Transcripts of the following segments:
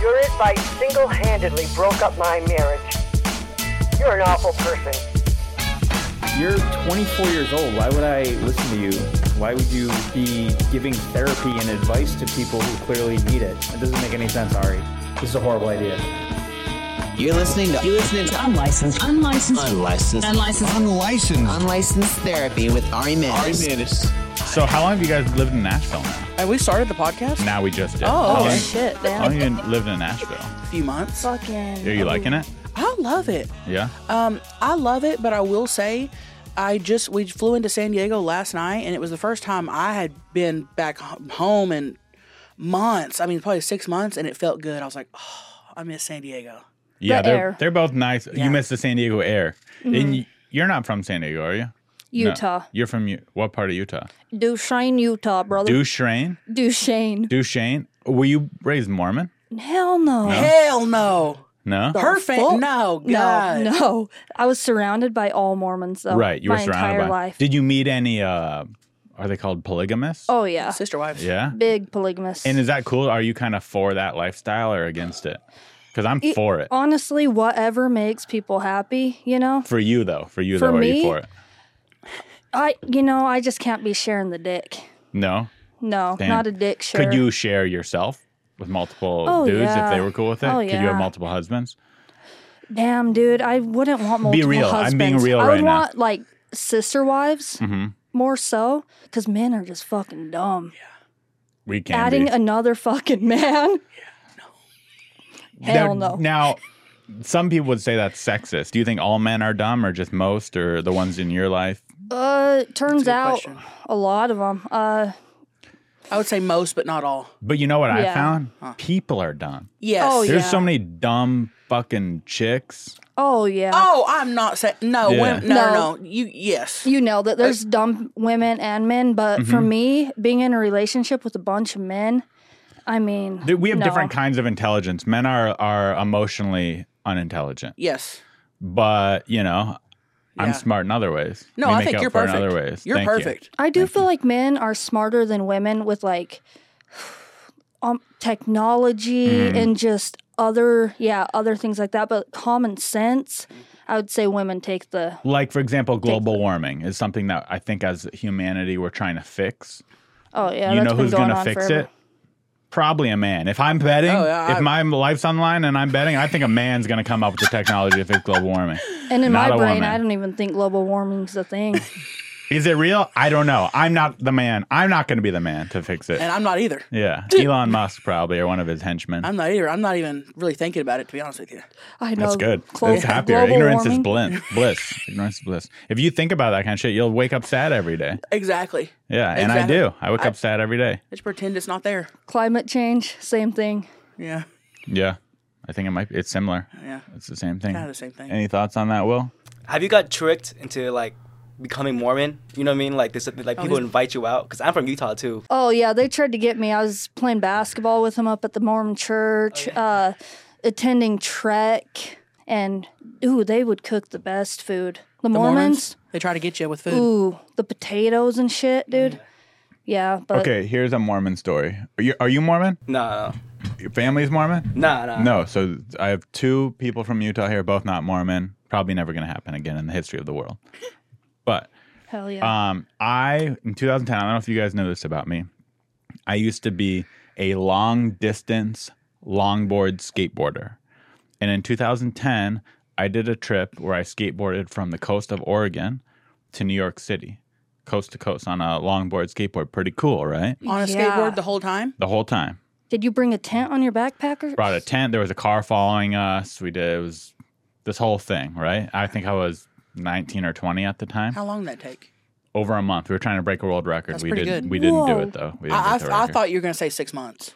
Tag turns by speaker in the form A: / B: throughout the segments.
A: Your advice single handedly broke up my marriage. You're an awful person.
B: You're 24 years old. Why would I listen to you? Why would you be giving therapy and advice to people who clearly need it? It doesn't make any sense, Ari. This is a horrible idea.
C: You're listening to you're listening to
D: Unlicensed. Unlicensed.
C: unlicensed
D: Unlicensed.
E: Unlicensed.
C: unlicensed therapy with Ari Manis.
F: So how long have you guys lived in Nashville now?
G: Have we started the podcast?
F: Now we just did.
G: Oh,
F: how long,
G: okay. shit,
F: How long
G: man.
F: have you been lived in Nashville?
G: A few months.
H: Fucking.
F: Are you liking it?
G: I love it.
F: Yeah.
H: Uh,
G: Um, I love it, but I will say, I just we flew into San Diego last night, and it was the first time I had been back h- home in months. I mean, probably six months, and it felt good. I was like, oh, I miss San Diego.
F: Yeah,
H: The
F: they're
H: air. Mm-hmm.
F: they're both nice.
G: Yeah.
F: You miss the San Diego air. And y- you're not from San Diego, are you? No.
H: Utah.
F: You're from U- what part of Utah?
H: Duchesne, Utah, brother.
F: Duchesne?
H: Duchesne.
F: Duchesne? Were you raised Mormon?
H: Hell no.
G: Hell no.
F: No.
G: Her fa-
H: fuck?
G: no,
H: No,
G: God.
H: no. I was surrounded by all Mormons though.
F: right. You
H: my
F: were surrounded
H: entire
F: by.
H: life.
F: Did you meet any uh are they called polygamists?
H: oh yeah.
G: Sister wives.
F: Yeah.
H: Big polygamous.
F: And is that cool? Are you kind of for that lifestyle or against it? Cuz I'm
H: It- Oh.
F: for it.
H: Honestly, whatever makes people happy, you know.
F: For you though. For you
H: For
F: though, are you
H: me?
F: for it?
H: I, you know, I just can't be sharing the dick.
F: No.
H: No,
F: Damn.
H: not a dick. Sure.
F: Could you share yourself with multiple
H: Oh,
F: dudes if they
H: yeah.
F: were cool with it?
H: Oh,
F: Could you have
H: yeah.
F: multiple husbands?
H: Damn, dude, I wouldn't want multiple
F: real.
H: husbands.
F: I'm being real
H: I would
F: right now. Mm-hmm.
H: want like sister wives more so because men are just fucking dumb.
F: We can
H: Adding
F: be.
H: another fucking man. Hell
F: Now-
H: no.
F: Now, some people would say that's sexist. Do you think all men are dumb, or just most, or the ones in your life?
H: Uh, turns
G: good
H: out
G: question.
H: a lot of them. Uh,
G: I would say most, but not all.
F: But you know what I
H: Yeah.
F: found? People are dumb.
G: Yes.
H: Oh,
F: There's so
H: Yeah.
F: many dumb fucking chicks.
H: oh yeah.
G: Oh, I'm not saying no,
F: Yeah.
G: wom- no, no,
H: No.
G: no. You yes.
H: You know that there's dumb women and men, but for
F: Mm-hmm.
H: me, being in a relationship with a bunch of men, I mean,
F: Th- We have
H: no.
F: different kinds of intelligence. Men are are emotionally unintelligent,
G: yes.
F: but you know,
G: Yeah.
F: I'm smart in other ways.
G: No,
F: We
G: I
F: make
G: think
F: up
G: you're
F: for it
G: perfect.
F: In other ways,
G: You're
F: Thank you.
G: perfect.
H: I do feel like men are smarter than women with like um, technology
F: Mm.
H: and just other yeah other things like that. But common sense, I would say women take the
F: like for example global warming is something that i think as humanity we're trying to fix
H: oh yeah.
F: you
H: that's
F: know
H: been
F: who's
H: going
F: gonna
H: on
F: fix
H: forever.
F: it probably a man if i'm betting
G: Oh, yeah,
F: if
G: I-
F: my life's on the line and i'm betting i think a man's going to come up with the technology to fix global warming
H: And in
F: Not
H: my
F: a
H: brain,
F: woman.
H: I don't even think global warming's a thing.
F: is it real i don't know i'm not the man i'm not going to be the man to fix it
G: And I'm not either.
F: yeah elon musk probably or one of his henchmen
G: I'm not either. I'm not even really thinking about it to be honest with you.
H: I know
F: that's good.
H: glo-
F: That's happier.
H: global
F: Ignorance
H: warming.
F: is bliss. bliss. Ignorance is bliss. If you think about that kind of shit, you'll wake up sad every day.
G: Exactly.
F: Yeah, and
G: Exactly.
F: I do. I wake up sad every day.
G: Just pretend it's not there.
H: Climate change, same thing.
G: Yeah.
F: Yeah, I think it might. Be, it's similar.
G: Yeah.
F: It's the same thing.
G: Kind of the same thing.
F: Any thoughts on that, Will?
I: Have you got tricked into like becoming Mormon? You know what I mean? Like this, like people invite you out because I'm from Utah too.
H: Oh yeah, they tried to get me. I was playing basketball with them up at the Mormon church, uh, attending Trek, and ooh, they would cook the best food. The,
G: The
H: Mormons,
G: They try to get you with food.
H: ooh, the potatoes and shit, dude. Yeah, but
F: Okay, here's a Mormon story. Are you, are you Mormon?
I: Nah,
F: Your family's Mormon?
I: nah, nah.
F: No. So I have two people from Utah here, both not Mormon. Probably never going to happen again in the history of the world. But
H: hell yeah,
F: um, I, in 2010, I don't know if you guys know this about me. I used to be a long distance longboard skateboarder. And in 2010, I did a trip where I skateboarded from the coast of Oregon to New York City, coast to coast on a longboard skateboard. Pretty cool, right?
G: On a
H: Yeah.
G: skateboard the whole time?
F: The whole time.
H: Did you bring a tent on your backpack or?
F: brought a tent. There was a car following us. We did it was this whole thing, right? I think I was 19 or 20 at the time.
G: How long did that take?
F: Over a month. We were trying to break a world record.
G: That's
F: we
G: pretty
F: didn't.
G: good.
F: We didn't do
H: Whoa.
F: it though. We didn't
G: I,
F: break the
G: I, I
F: record.
G: thought you were going to say six months.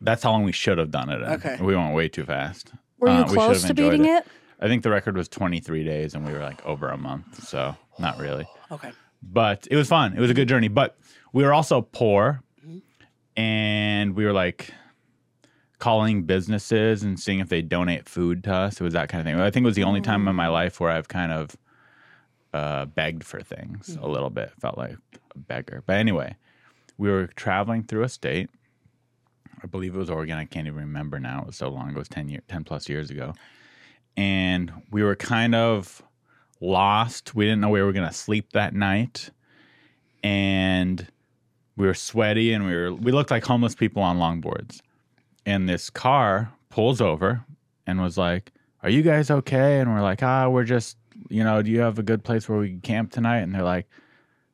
F: that's how long we should have done it. in.
G: Okay.
F: We went way too fast.
H: Were
F: Uh,
H: you
F: we should
H: close
F: have
H: to
F: enjoyed
H: beating it?
F: I think the record was 23 days, and we were like over a month, so not really.
G: Okay.
F: But it was fun. It was a good journey. But we were also poor, and we were like calling businesses and seeing if they donate food to us. It was that kind of thing. I think it was the only time in my life where I've kind of uh, begged for things a little bit. Felt like a beggar. But anyway, we were traveling through a state, I believe it was Oregon. I can't even remember now. It was so long ago. It was 10, year, 10 plus years ago. And we were kind of lost. We didn't know where we were going to sleep that night. And we were sweaty and we were we looked like homeless people on longboards. And this car pulls over and was like, "Are you guys okay?" And we're like, "Ah, we're just, you know, do you have a good place where we can camp tonight?" And they're like,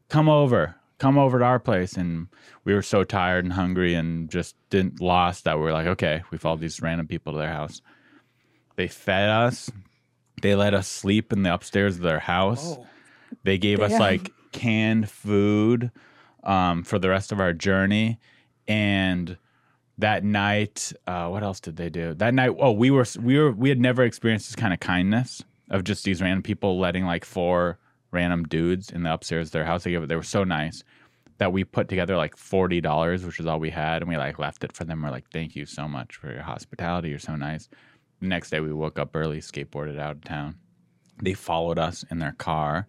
F: "Come over. Come over to our place." And we were so tired and hungry and just didn't lost that we were like, "Okay, we followed these random people to their house." They fed us. They let us sleep in the upstairs of their house. They gave us
H: Damn.
F: like canned food um, for the rest of our journey. And that night, uh, what else did they do? That night, oh, we were we were we had never experienced this kind of kindness of just these random people letting like four random dudes in the upstairs of their house. They gave it. They were so nice that we put together like forty dollars, which is all we had, and we like left it for them. We're like, thank you so much for your hospitality. You're so nice. The next day, we woke up early, skateboarded out of town. They followed us in their car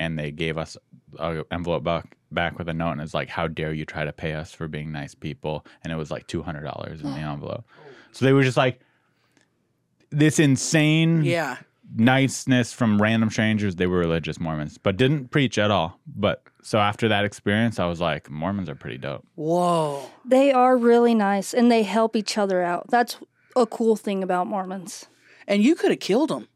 F: and they gave us a envelope back back with a note and it's like how dare you try to pay us for being nice people and it was like $200 in the envelope so they were just like this insane
G: Yeah.
F: niceness from random strangers they were religious mormons but didn't preach at all but so after that experience i was like mormons are pretty dope
G: Whoa.
H: They are really nice and they help each other out. That's a cool thing about Mormons.
G: And you could have killed him.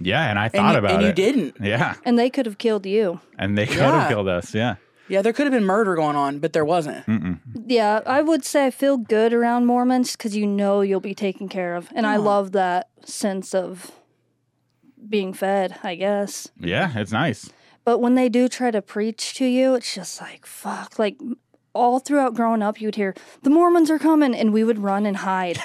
F: yeah and i
G: And
F: thought
G: you,
F: about
G: and
F: it
G: you didn't.
F: yeah
H: And they could have killed you.
F: and they could have
G: Yeah.
F: killed us yeah
G: Yeah, there could have been murder going on, but there wasn't.
F: Hmm.
H: Yeah, I would say I feel good around Mormons because you know you'll be taken care of. And I love that sense of being fed, I guess.
F: yeah it's nice
H: But when they do try to preach to you, it's just like, fuck. Like, all throughout growing up, you'd hear, the Mormons are coming, and we would run and hide.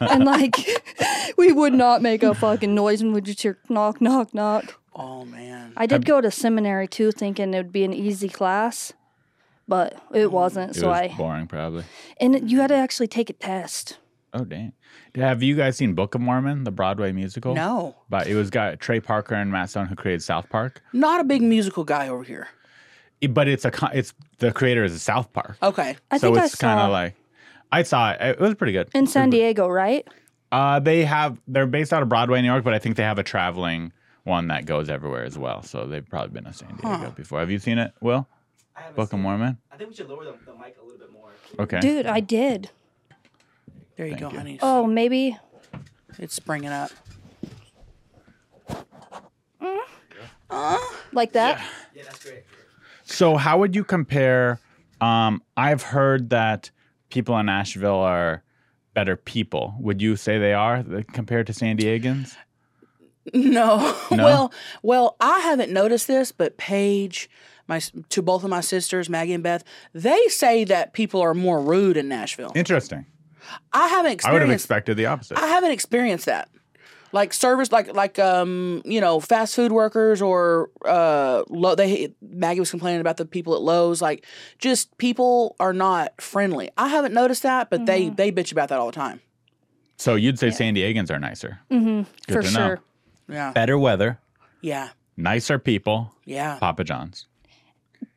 H: and, like, we would not make a fucking noise and we'd just hear knock, knock, knock.
G: Oh man.
H: I did go to seminary too, thinking it would be an easy class, but it wasn't.
F: Oh, it
H: so
F: was
H: I,
F: boring probably
H: and it- you had to actually take a test.
F: oh dang have you guys seen book of mormon the broadway musical
G: No.
F: But it was got Trey Parker and Matt Stone who created South Park.
G: Not a big musical guy over here.
F: It- but it's a co- it's the creator is South Park,
G: Okay.
H: I
F: so
H: think I
F: it's kind
H: saw
F: of like I saw it. It was pretty good.
H: in San Diego, right?
F: Uh, they have they're based out of Broadway, New York, but I think they have a traveling one that goes everywhere as well. So they've probably been to San Diego before. Have you seen it, Will? Book of Mormon.
I: I think we should lower the, the mic a little bit more.
F: Okay.
H: Dude, I did.
G: There you go, honey.
H: Oh, maybe.
G: It's springing up.
H: Like that?
I: Yeah, that's great.
F: So how would you compare? Um, I've heard that people in Nashville are better people. Would you say they are th- compared to San Diegans?
G: No.
F: No?
G: Well, well, I haven't noticed this, but Paige, my s- to both of my sisters, Maggie and Beth, they say that people are more rude in Nashville.
F: Interesting.
G: I haven't
F: I would have
G: experienced.
F: expected the opposite.
G: I haven't experienced that. Like service, like like um, you know, fast food workers or uh, Lo- they Maggie was complaining about the people at Lowe's. Like, just people are not friendly. I haven't noticed that, but they they bitch about that all the time.
F: So you'd say San Diegans are nicer. Good
H: Mm-hmm. for
F: to know.
H: sure.
G: Yeah,
F: Better weather,
G: yeah,
F: nicer people,
G: yeah,
F: Papa John's.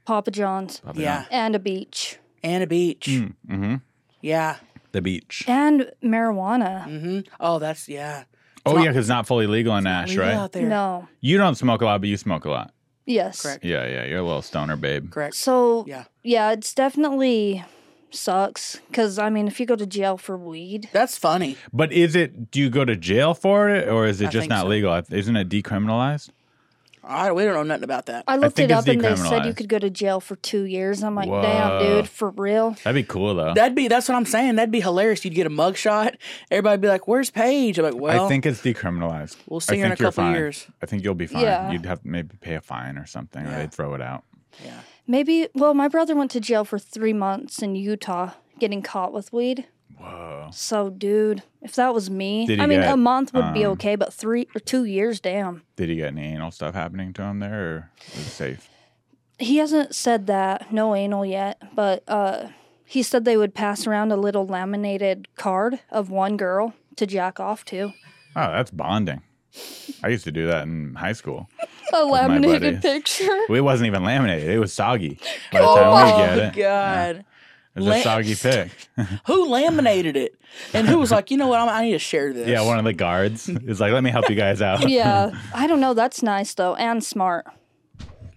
H: Papa John's
F: Papa
G: yeah.
H: and a beach
G: And a beach.
F: Mm-hmm.
G: Yeah.
F: The beach.
H: and marijuana.
G: hmm Oh, that's yeah.
F: oh, yeah, because it's not fully legal in Nash,
G: Legal
F: right?
G: out there.
H: No.
F: You don't smoke a lot, but you smoke a lot.
H: Yes.
G: Correct.
F: Yeah, yeah. You're a little stoner, babe.
G: Correct.
H: So
G: Yeah.
H: yeah, it's definitely sucks because I mean, if you go to jail for weed,
G: That's funny.
F: But is it, do you go to jail for it or is it
G: I
F: just
G: think
F: not
G: so.
F: legal? Isn't it decriminalized?
G: I we don't know nothing about that.
H: I looked
F: think
H: it
F: it's
H: up and they said you
F: decriminalized.
H: could go to jail for two years. I'm like,
F: Whoa.
H: damn, dude, for real.
F: That'd be cool, though.
G: That'd be that's what I'm saying. That'd be hilarious. You'd get a mugshot. Everybody'd be like, "Where's Paige?" I'm like, "Well,
F: I think it's decriminalized.
G: we'll see
F: I
G: her in
F: think
G: a
F: you're
G: couple
F: fine.
G: years.
F: I think you'll be fine.
H: Yeah.
F: You'd have to maybe pay a fine or something, or
G: Yeah.
F: they'd throw it out.
G: yeah,
H: Maybe. Well, my brother went to jail for three months in Utah getting caught with weed.
F: Whoa.
H: So, dude, if that was me,
F: Did he
H: I mean,
F: get,
H: a month would be
F: um,
H: okay, but three or two years, damn.
F: Did he get any anal stuff happening to him there, or was it safe?
H: He hasn't said that, no anal yet, but uh, he said they would pass around a little laminated card of one girl to jack off to.
F: Oh, that's bonding. I used to do that in high school.
H: A
F: buddies.
H: laminated picture.
G: Oh
F: It wasn't even laminated; it was soggy. By the time we get it,
G: God,
F: it It's a
G: Lance.
F: soggy pick.
G: Who laminated it? And who was like, you know what? I'm, I need to share this.
F: yeah, one of the guards is like, let me help you guys out.
H: yeah, I don't know. That's nice though, and smart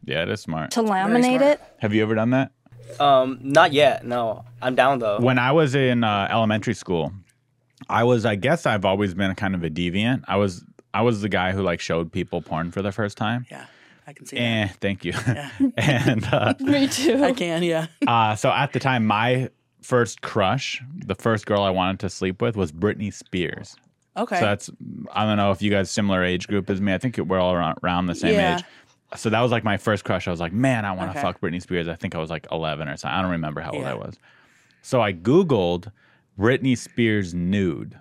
F: yeah, that's smart.
H: to laminate
G: smart.
H: it.
F: Have you ever done that?
I: Um, not yet. No, I'm down though.
F: when I was in uh, elementary school, I was I guess I've always been kind of a deviant. I was I was the guy who like showed people porn for the first time.
G: yeah, I can see.
F: Eh, thank you. and uh,
H: Me
G: that. I
H: too.
G: can. Yeah.
F: uh, so at the time, my first crush, the first girl I wanted to sleep with, was Britney Spears.
G: Okay.
F: So that's I don't know if you guys similar age group as me. I think we're all around, around the same
G: Yeah.
F: age. So that was like my first crush. I was like, man, I want to
G: Okay.
F: fuck Britney Spears. I think I was like 11 or something. I don't remember how old
G: Yeah.
F: I was. So I googled Britney Spears nude,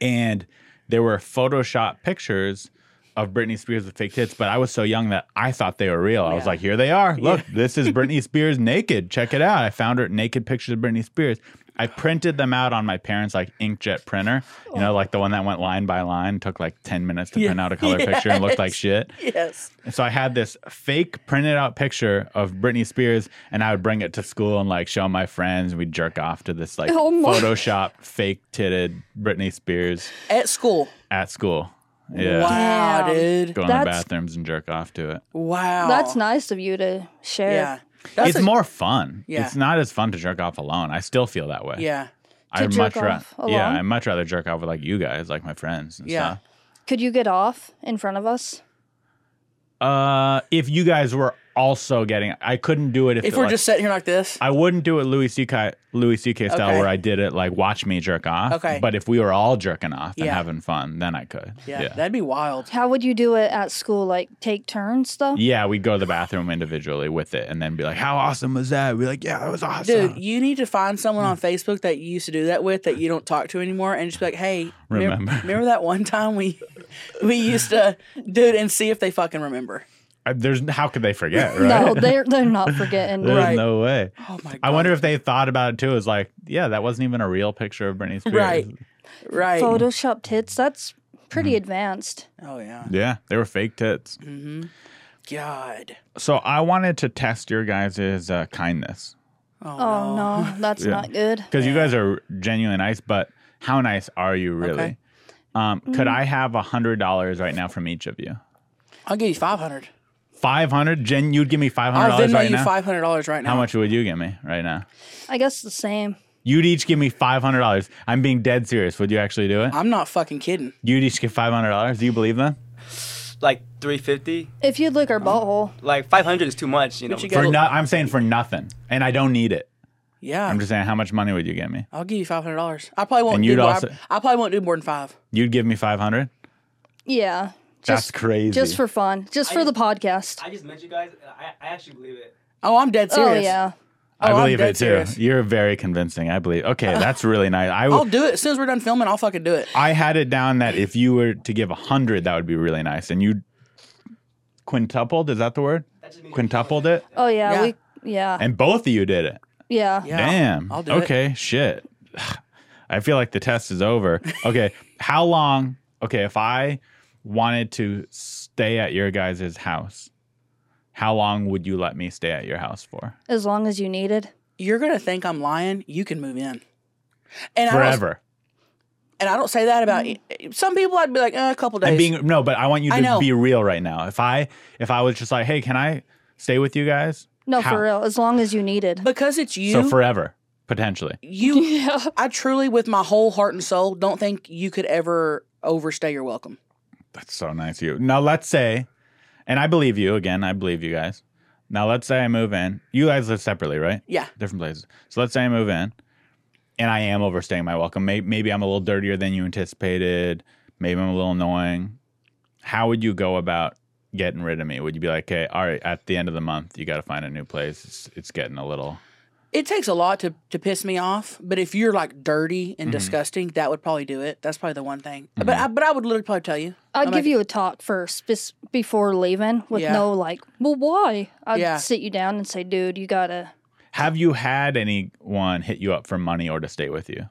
F: and there were Photoshop pictures of Britney Spears with fake tits. But I was so young that I thought they were real. I was
G: Yeah.
F: like, here they are. Look, this is Britney Spears naked. Check it out. I found her naked pictures of Britney Spears. I printed them out on my parents' like inkjet printer, you know, like the one that went line by line, took like 10 minutes to print out a color picture and looked like shit.
G: yes.
F: And so I had this fake printed out picture of Britney Spears, and I would bring it to school and like show my friends. and We'd jerk off to this like
H: Oh my-
F: Photoshop fake titted Britney Spears
G: At school.
F: at school. Yeah.
G: Wow,
H: Damn.
G: dude.
F: Go in the
H: That's-
F: bathrooms and jerk off to it.
G: Wow.
H: That's nice of you to share.
G: Yeah. That's
F: it's
G: a-
F: more fun.
G: Yeah.
F: It's not as fun to jerk off alone. I still feel that way.
G: Yeah.
F: I
H: To
F: much
H: jerk
F: rather
H: off
F: yeah,
H: alone?
F: I much rather jerk off with like you guys, like my friends. And
G: Yeah.
H: Could you get off in front of us?
F: Stuff. Uh, if you guys were also getting, I couldn't do it if,
G: If
F: it,
G: we're
F: like-
G: just sitting here like this.
F: I wouldn't do it Louis C.K. Louis C.K. style
G: Okay.
F: where I did it like watch me jerk off.
G: Okay.
F: But if we were all jerking off and
G: Yeah.
F: having fun, then I could.
G: yeah,
F: Yeah.
G: That'd be wild.
H: How would you do it at school? Like take turns though.
F: Yeah, we'd go to the bathroom individually with it and then be like, How awesome was that? We'd be like, Yeah, that was awesome.
G: Dude, you need to find someone on Facebook that you used to do that with that you don't talk to anymore, and just be like, "Hey, remem-
F: Remember.
G: remember that one time we we used to do it and see if they fucking remember."
F: I- there's how could they forget, right?
H: No, they're they're not forgetting.
F: There's
G: Right.
F: no way.
G: Oh my god!
F: I wonder if they thought about it too. Is like, yeah, that wasn't even a real picture of Britney Spears.
G: Right. right?
H: Photoshop tits. That's pretty
F: Mm.
H: advanced.
G: Oh yeah,
F: Yeah, they were fake tits.
G: God.
F: So I wanted to test your guys' uh, kindness
G: Oh,
H: Oh
G: no.
H: no, that's not good.
F: because you guys are genuine nice, but how nice are you really?
G: Okay. Mm.
F: Um, Could I have a hundred dollars right now from each of you?
G: I'll give you five hundred.
F: Five hundred, Jen, you'd give me five hundred
G: I'll
F: dollars
G: Venmo
F: right
G: you
F: now.
G: five hundred dollars right now.
F: How much would you give me right now?
H: I guess the same.
F: You'd each give me five hundred dollars. I'm being dead serious. Would you actually do it?
G: I'm not fucking kidding.
F: You'd each give five hundred dollars. Do you believe them?
I: Like 350,
H: If you'd lick our
G: Oh.
H: butthole,
I: like 500 is too much. You know.
G: But you
F: For
G: Gotta-
F: no, I'm saying for nothing, and I don't need it.
G: Yeah,
F: I'm just saying, how much money would you give me?
G: I'll give you five hundred dollars. I probably won't.
F: And
G: do
F: you'd
G: more-
F: also-
G: I, I probably won't do more than five.
F: You'd give me five hundred.
H: yeah.
F: That's
H: Just,
F: crazy.
H: Just for fun, just for the podcast.
I: I just met you guys. and I, I actually believe it.
G: Oh, I'm dead
H: Oh
G: serious.
H: yeah.
F: I
G: Oh, I'm
F: believe
G: dead
F: it too.
G: serious.
F: You're very convincing. I believe. Okay, that's really nice. I
G: I'll
F: would.
G: do it as soon as we're done filming. I'll fucking do it.
F: I had it down that if you were to give a hundred, that would be really nice, and you quintupled. Is that the word? Quintupled it,
H: Oh yeah.
G: Yeah.
H: We yeah.
F: and both of you did it.
H: yeah.
G: Yeah,
F: Damn.
G: I'll do it.
F: okay. Shit. I feel like the test is over. Okay. How long? Okay. If I wanted to stay at your guys' house, how long would you let me stay at your house for?
H: As long as you needed.
G: You're gonna think I'm lying. You can move in. And I don't,
F: Forever.
G: and I don't say that about
H: Mm-hmm.
G: some people. I'd be like, eh, a couple days.
F: I'm being no, but I want you
G: I
F: to
G: know.
F: be real right now. If I if I was just like, hey, can I stay with you guys?
H: No,
F: How?
H: for real. As long as you needed.
G: because it's you.
F: So forever, potentially.
G: you,
H: yeah.
G: I truly, with my whole heart and soul, don't think you could ever overstay your welcome.
F: That's so nice of you. Now let's say, and I believe you again. I believe you guys. Now let's say I move in. You guys live separately, right?
G: Yeah.
F: different places. So let's say I move in and I am overstaying my welcome. Maybe, maybe I'm a little dirtier than you anticipated. Maybe I'm a little annoying. How would you go about getting rid of me? Would you be like, okay, all right, at the end of the month, you got to find a new place? It's, it's getting a little.
G: It takes a lot to, to piss me off, but if you're like dirty
F: Mm-hmm.
G: and disgusting, that would probably do it. That's probably the one thing. But I, but I would literally probably tell you.
H: I'd
G: I'm
H: give
G: like-
H: you a talk first bes- before leaving with
G: Yeah.
H: no like, well, why? I'd
G: Yeah.
H: sit you down and say, dude, you gotta.
F: Have you had anyone hit you up for money or to stay with you?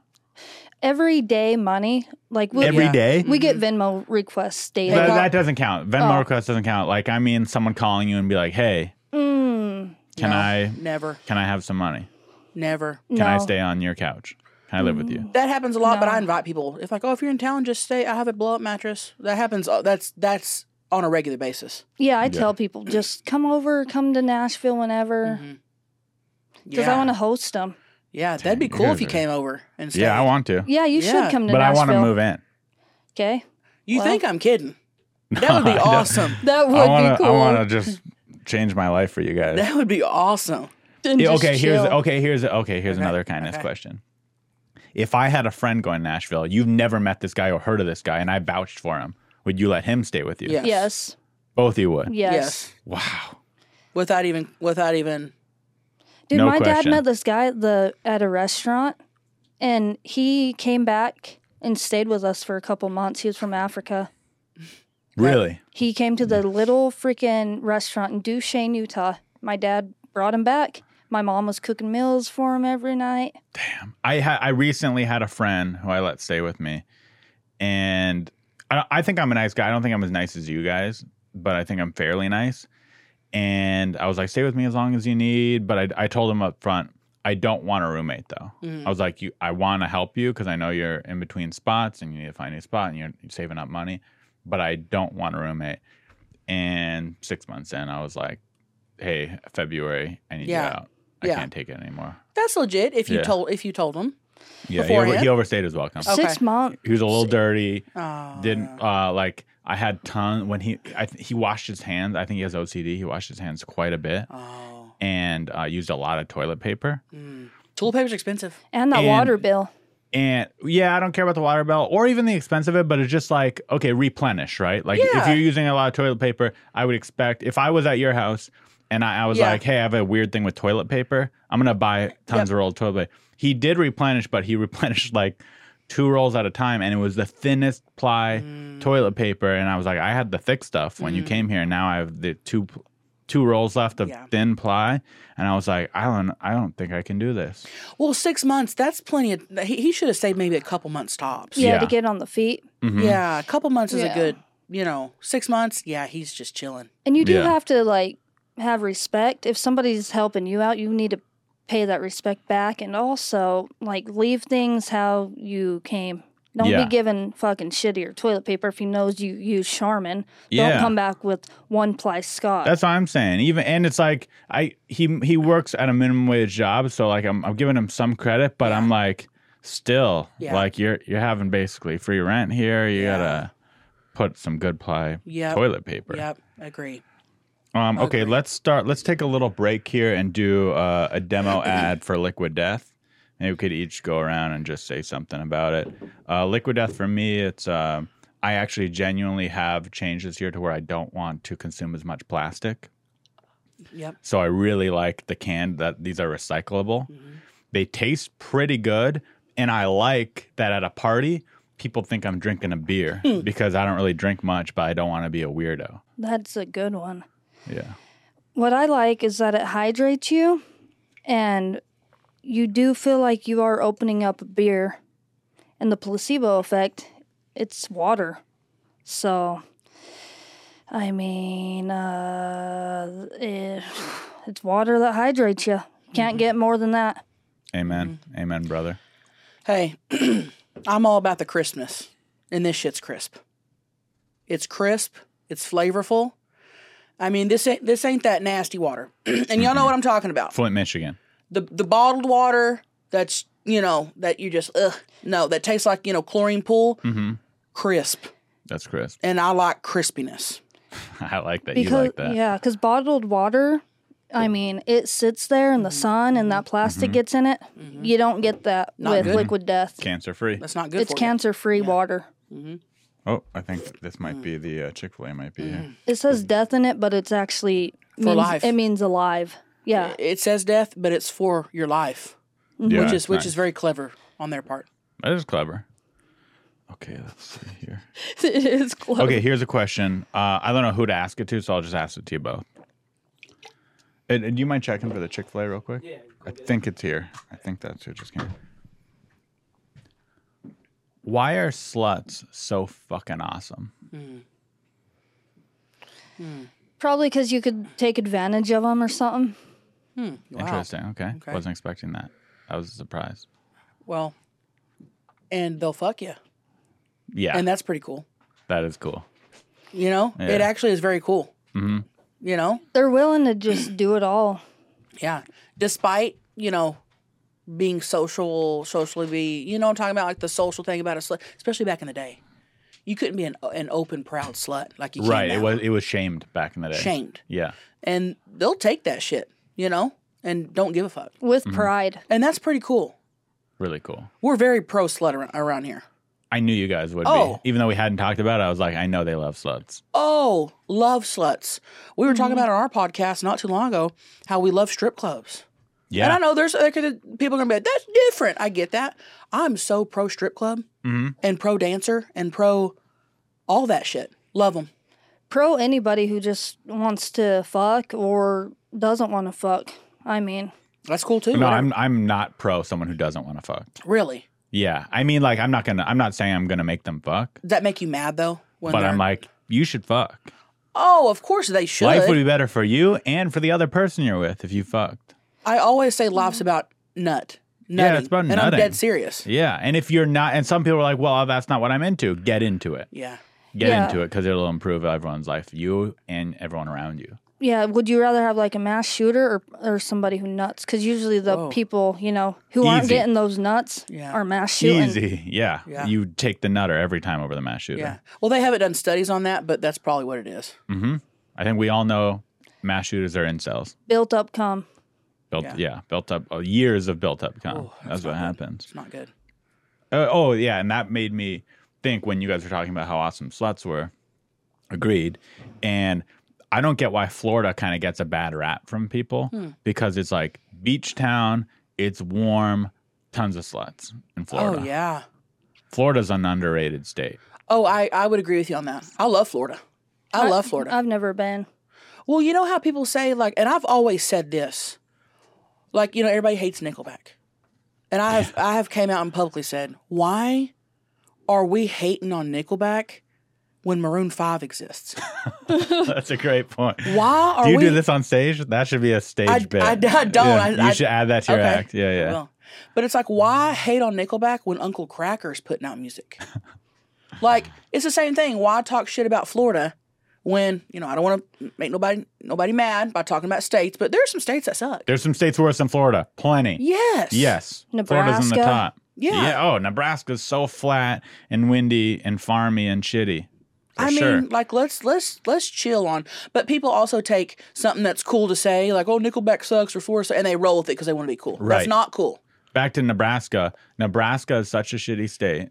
H: Every day money, like we,
F: every
G: Yeah.
F: day?
H: we get Venmo requests daily.
F: That, that doesn't count. Venmo
H: Oh.
F: request doesn't count. Like, I mean, someone calling you and be like, hey,
H: Mm,
F: can I
G: Never.
F: can I have some money?
G: Never.
F: Can I
H: No. Mm-hmm.
F: stay on your couch? Can I live with you?
G: That happens a lot, but
H: No.
G: I invite people. If like, oh, if you're in town, just stay. I have a blow up mattress. That happens. uh, That's that's on a regular basis.
H: Yeah, I tell people just come over, come to Nashville whenever,
G: Mm-hmm.
H: because I want to host them.
G: Yeah, that'd be
F: Dang, you
G: cool
F: guys
G: if you
F: are-
G: came over and stayed.
F: Yeah, I want to.
H: Yeah, you
G: Yeah.
H: should come to
F: But I
H: Nashville.
F: want to move in.
H: Okay,
G: You
H: Well-
G: think I'm kidding? That would be
F: I don't.
G: awesome.
H: that would
F: I want
H: be
F: to.
H: cool.
F: I want to just change my life for you guys.
G: That would be awesome.
H: And
F: Yeah,
H: just
F: okay, here's
H: chill.
F: okay, here's okay, here's
G: Okay,
F: another kindness
G: okay.
F: question. If I had a friend going to Nashville, you've never met this guy or heard of this guy, and I vouched for him, would you let him stay with you?
G: Yeah.
H: Yes.
F: Both of you would.
H: Yes.
F: Wow.
G: Without even without even
H: Dude,
F: No
H: my
F: question.
H: dad met this guy at the at a restaurant, and he came back and stayed with us for a couple months. He was from Africa.
F: Really?
H: He came to the little freaking restaurant in Duchesne, Utah. My dad brought him back. My mom was cooking meals for him every night.
F: I ha- I recently had a friend who I let stay with me, and I, I think I'm a nice guy. I don't think I'm as nice as you guys, but I think I'm fairly nice. And I was like, stay with me as long as you need. But I, I told him up front, I don't want a roommate though.
G: Hmm. mm-hmm.
F: I was like, you, I want to help you because I know you're in between spots and you need to find a spot and you're, you're saving up money, but I don't want a roommate. And six months in, I was like, hey, February, I need
G: Yeah.
F: you out. I
G: Yeah.
F: can't take it anymore.
G: that's legit. If you
F: Yeah.
G: told if you told them,
F: Yeah, he, over,
G: Beforehand?
F: he overstayed his welcome.
H: Six months.
F: He was a little dirty.
G: oh,
F: Didn't uh, like I had ton when he I, th- he washed his hands. I think he has OCD. He washed his hands quite a bit
G: oh,
F: and uh, used a lot of toilet paper.
G: toilet paper's expensive.
H: And the
F: And-
H: water bill.
F: And yeah, I don't care about the water bill or even the expense of it, but it's just like okay, replenish, right? Like if
G: Yeah.
F: you're using a lot of toilet paper, I would expect if I was at your house and I, I was
G: Yeah.
F: like, hey, I have a weird thing with toilet paper. I'm gonna buy tons of rolled toilet paper. He did replenish, but he replenished like two rolls at a time, and it was the thinnest ply
G: Mm.
F: toilet paper. And I was like, I had the thick stuff when you came here, and now I have the two two rolls left of
G: Yeah.
F: thin ply. And I was like, I don't, I don't think I can do this.
G: Well, six months. That's plenty of. He, he should have stayed maybe a couple months tops.
H: Yeah,
F: Yeah.
H: to get on the feet.
F: Mm-hmm.
G: Yeah, a couple months is a
H: Yeah.
G: good. You know, six months. Yeah, he's just chilling.
H: And you do
F: Yeah.
H: have to like have respect. If somebody's helping you out, you need to pay that respect back and also like leave things how you came. Don't
F: Yeah.
H: be giving fucking shitty or toilet paper if he knows you use Charmin.
F: Yeah.
H: Don't come back with one ply Scott.
F: That's what I'm saying. Even and it's like I he he works at a minimum wage job, so like I'm I'm giving him some credit, but I'm like still
G: Yeah.
F: like you're you're having basically free rent here. You gotta put some good ply
G: Yep.
F: toilet paper.
G: Yep, agree.
F: Um, okay, let's start. Let's take a little break here and do uh, a demo ad for Liquid Death. Maybe we could each go around and just say something about it. Uh, Liquid Death for me, it's um I actually genuinely have changed this year to where I don't want to consume as much plastic.
G: Yep.
F: So I really like the can that these are recyclable.
G: Mm-hmm.
F: They taste pretty good, and I like that at a party. People think I'm drinking a beer
G: Hmm.
F: because I don't really drink much, but I don't want to be a weirdo.
H: That's a good one.
F: Yeah.
H: What I like is that it hydrates you and you do feel like you are opening up a beer. And the placebo effect, it's water. So, I mean, uh, it, it's water that hydrates you.
F: Mm-hmm.
H: Can't get more than that.
F: Amen.
G: Mm-hmm.
F: Amen, brother.
G: Hey, I'm all about the crispness, and this shit's crisp. It's crisp. It's flavorful. I mean, this ain't this ain't that nasty water, and y'all know what I'm talking about.
F: Flint, Michigan.
G: The the bottled water that's you know that you just ugh no that tastes like you know chlorine pool.
F: Mm-hmm.
G: Crisp,
F: That's crisp.
G: and I like crispiness.
F: I like that you
H: Because,
F: like that.
H: yeah, because bottled water, I mean, it sits there in the sun and that plastic
F: Mm-hmm.
H: gets in it. You don't get that with
G: good.
H: liquid death.
F: Cancer free.
G: That's not good.
H: It's
G: for you.
H: cancer free water.
F: Oh, I think this
G: Mm.
F: might be the uh, Chick fil A might be here.
H: It says death in it, but it's actually
G: For
H: means,
G: life.
H: It means alive. Yeah,
G: It says death, but it's for your life,
F: Yeah,
G: Mm-hmm. which
F: it's
G: is which
F: nice.
G: is very clever on their part.
F: That is clever. Okay, let's see here.
H: it is close.
F: Okay, here's a question. Uh, I don't know who to ask it to, so I'll just ask it to you both. And, and do you mind checking for the Chick fil A real quick? Yeah. I think it's here. I think that's who just came. Why are sluts so fucking awesome?
H: Probably because you could take advantage of them or something.
G: Wow.
F: Interesting. Okay. Wasn't expecting that. That was a surprise.
G: Well, and they'll fuck you,
F: Yeah,
G: and that's pretty cool.
F: that is cool.
G: You know, it
F: Yeah.
G: actually is very cool. Mm-hmm. You know,
H: They're willing to just do it all.
G: yeah. Despite you know being social, socially be, you know, what I'm talking about like the social thing about a slut, especially back in the day. You couldn't be an an open, proud slut like you can
F: Right. It
G: now.
F: was it was shamed back in the day.
G: shamed,
F: Yeah.
G: and they'll take that shit, you know, and don't give a fuck,
H: with
F: Mm-hmm.
H: pride.
G: and that's pretty cool.
F: Really cool.
G: We're very pro slut around, around here.
F: I knew you guys would
G: Oh.
F: be. Even though we hadn't talked about it, I was like, I know they love sluts.
G: Oh, love sluts. We were
F: Mm-hmm.
G: talking about on our podcast not too long ago how we love strip clubs.
F: Yeah.
G: And I know there's like, people are gonna be like, that's different. I get that. I'm so pro strip club
F: Mm-hmm.
G: and pro dancer and pro all that shit. Love them.
H: Pro anybody who just wants to fuck or doesn't want to fuck. I mean,
G: That's cool too.
F: No, I'm I'm not pro someone who doesn't want to fuck.
G: really.
F: Yeah. I mean like I'm not gonna I'm not saying I'm gonna make them fuck.
G: Does that make you mad though? When
F: but
G: they're-
F: I'm like, you should fuck.
G: oh, of course they should.
F: Life would be better for you and for the other person you're with if you fucked.
G: I always say life's about nut.
F: Yeah,
G: nutting,
F: it's about
G: and I'm
F: nutting.
G: dead serious.
F: Yeah. And if you're not and some people are like, Well, that's not what I'm into, get into it.
G: Yeah.
F: Get
H: Yeah.
F: into it because it'll improve everyone's life, you and everyone around you.
H: yeah, would you rather have like a mass shooter or, or somebody who nuts? Because usually the people, you know, who aren't
F: Easy.
H: getting those nuts
G: Yeah.
H: are mass shooting.
F: Easy. Yeah.
G: Yeah.
F: You take the nutter every time over the mass shooter.
G: Yeah. Well, they haven't done studies on that, but that's probably what it is.
F: I think we all know mass shooters are incels.
H: Built up cum.
F: Built,
G: Yeah.
F: yeah. built up uh, years of built up con. that's what happens.
G: It's not good.
F: Uh, oh yeah, and that made me think when you guys were talking about how awesome sluts were. Agreed, and I don't get why Florida kind of gets a bad rap from people
G: Hmm.
F: because it's like beach town, it's warm, tons of sluts in Florida.
G: Oh yeah.
F: Florida's an underrated state.
G: Oh, I, I would agree with you on that. I love Florida. I, love Florida.
H: I've never been.
G: well, you know how people say like, and I've always said this, like you know everybody hates Nickelback, and I have I have came out and publicly said why are we hating on Nickelback when Maroon Five exists?
F: That's a great point.
G: Why are
F: Do you
G: we?
F: do this on stage? That should be a stage
G: I-
F: bit.
G: I- I don't.
F: Yeah,
G: I-
F: you
G: I-
F: should add that to your
G: okay.
F: act. Yeah, yeah.
G: Well, but it's like why hate on Nickelback when Uncle Cracker's putting out music? like it's the same thing. Why talk shit about Florida when you know I don't want to make nobody nobody mad by talking about states, but there are some states that suck.
F: There's some states worse than Florida. Plenty.
G: Yes.
F: Yes. Florida's on the
H: Nebraska.
F: top.
G: Yeah.
F: Oh, Nebraska's so flat and windy and farmy and shitty. For
G: I mean,
F: sure.
G: like let's let's let's chill on. But people also take something that's cool to say, like "Oh, Nickelback sucks" or "Force," and they roll with it because they want to be cool. That's
F: Right.
G: not cool.
F: Back to Nebraska. Nebraska is such a shitty state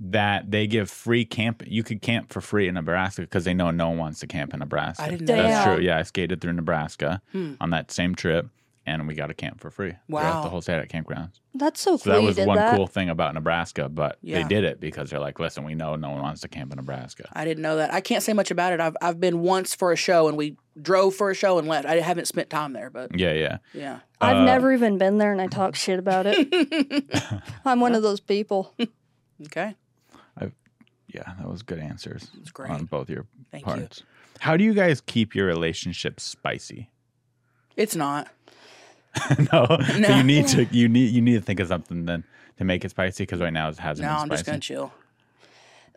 F: that they give free camp. You could camp for free in Nebraska because they know no one wants to camp in Nebraska.
G: I didn't know Hmm.
F: That's
H: that.
F: true. Yeah. I skated through Nebraska on that same trip and we got a camp for free.
G: Wow.
F: Throughout the whole state at campgrounds.
H: That's so cool.
F: So that
H: you
F: was
H: did
F: one
H: that.
F: cool thing about Nebraska, but
G: Yeah.
F: they did it because they're like, listen, we know no one wants to camp in Nebraska.
G: I didn't know that. I can't say much about it. I've I've been once for a show, and we drove for a show and left. I haven't spent time there, but
F: Yeah, yeah.
G: yeah.
H: I've
F: Uh,
H: never even been there, and I talk shit about it. I'm one of those people.
G: Okay.
F: Yeah, that was good answers
G: great.
F: on both your
G: Thank you.
F: parts. How do you guys keep your relationship spicy?
G: It's not.
F: no, so you need to you need you need to think of something then to make it spicy because right now it hasn't.
G: No,
F: been
G: I'm just
F: spicy.
G: gonna chill.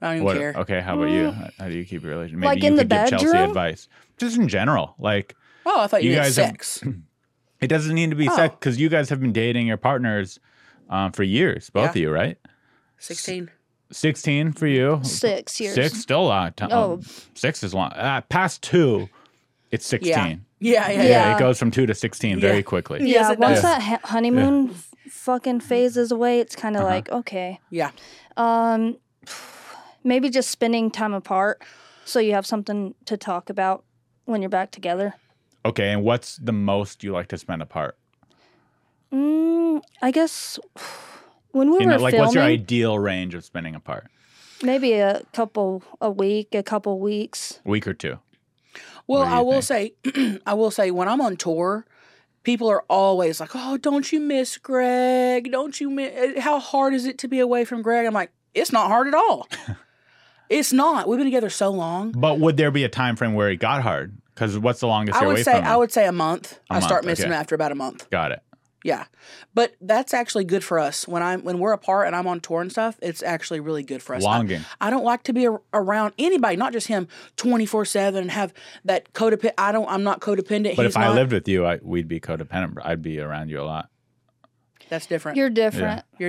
G: I don't even
F: What-
G: care. Mm.
F: Okay, how about you? How- How do you keep your relationship? Maybe
H: Like
F: you
H: in the
F: could give Chelsea
H: bedroom?
F: advice, just in general. Like
G: Oh, I thought you,
F: You
G: meant
F: guys have-
G: sex.
F: it doesn't need to be
G: Oh.
F: sex because you guys have been dating your partners um, for years, both
G: Yeah.
F: of you, right?
G: Sixteen.
F: Sixteen for you,
H: Six years.
F: six still a lot. Time.
H: Oh.
F: six is long. Uh, past two, it's sixteen.
G: Yeah. Yeah, yeah, yeah.
F: Yeah,
H: Yeah.
F: it goes from two to sixteen
G: Yeah.
F: very quickly.
H: Yeah,
G: Yes, it
H: once
G: does.
H: that ha- honeymoon f- fucking phase is away, it's kind of
F: Uh-huh.
H: like okay,
G: Yeah.
H: um, maybe just spending time apart so you have something to talk about when you're back together.
F: Okay, and what's the most you like to spend apart?
H: Mm, I guess when we
F: You know,
H: were
F: like
H: filming,
F: what's your ideal range of spending apart?
H: maybe a couple a week, a couple weeks.
F: A week or two.
G: Well,
F: What do you
G: I will say, I will say, when I'm on tour, people are always like, "Oh, don't you miss Greg? Don't you miss? eh, How hard is it to be away from Greg?" I'm like, "It's not hard at all. it's not. We've been together so long.
F: But would there be a time frame where it got hard? Because what's the longest
G: I
F: you're
G: would
F: away
G: say,
F: from?
G: I
F: him?
G: would say a month. I
F: month,
G: start missing
F: okay.
G: him after about a month.
F: Got it.
G: Yeah. But that's actually good for us. When I'm when we're apart and I'm on tour and stuff, it's actually really good for us. I-
F: Longing.
G: I, don't like to be ar- around anybody, not just him, 24/7 and have that codependent I don't I'm not codependent.
F: But
G: he's
F: if I
G: not.
F: lived with you, I, we'd be codependent. I'd be around you a lot.
G: that's different. You're,
H: You're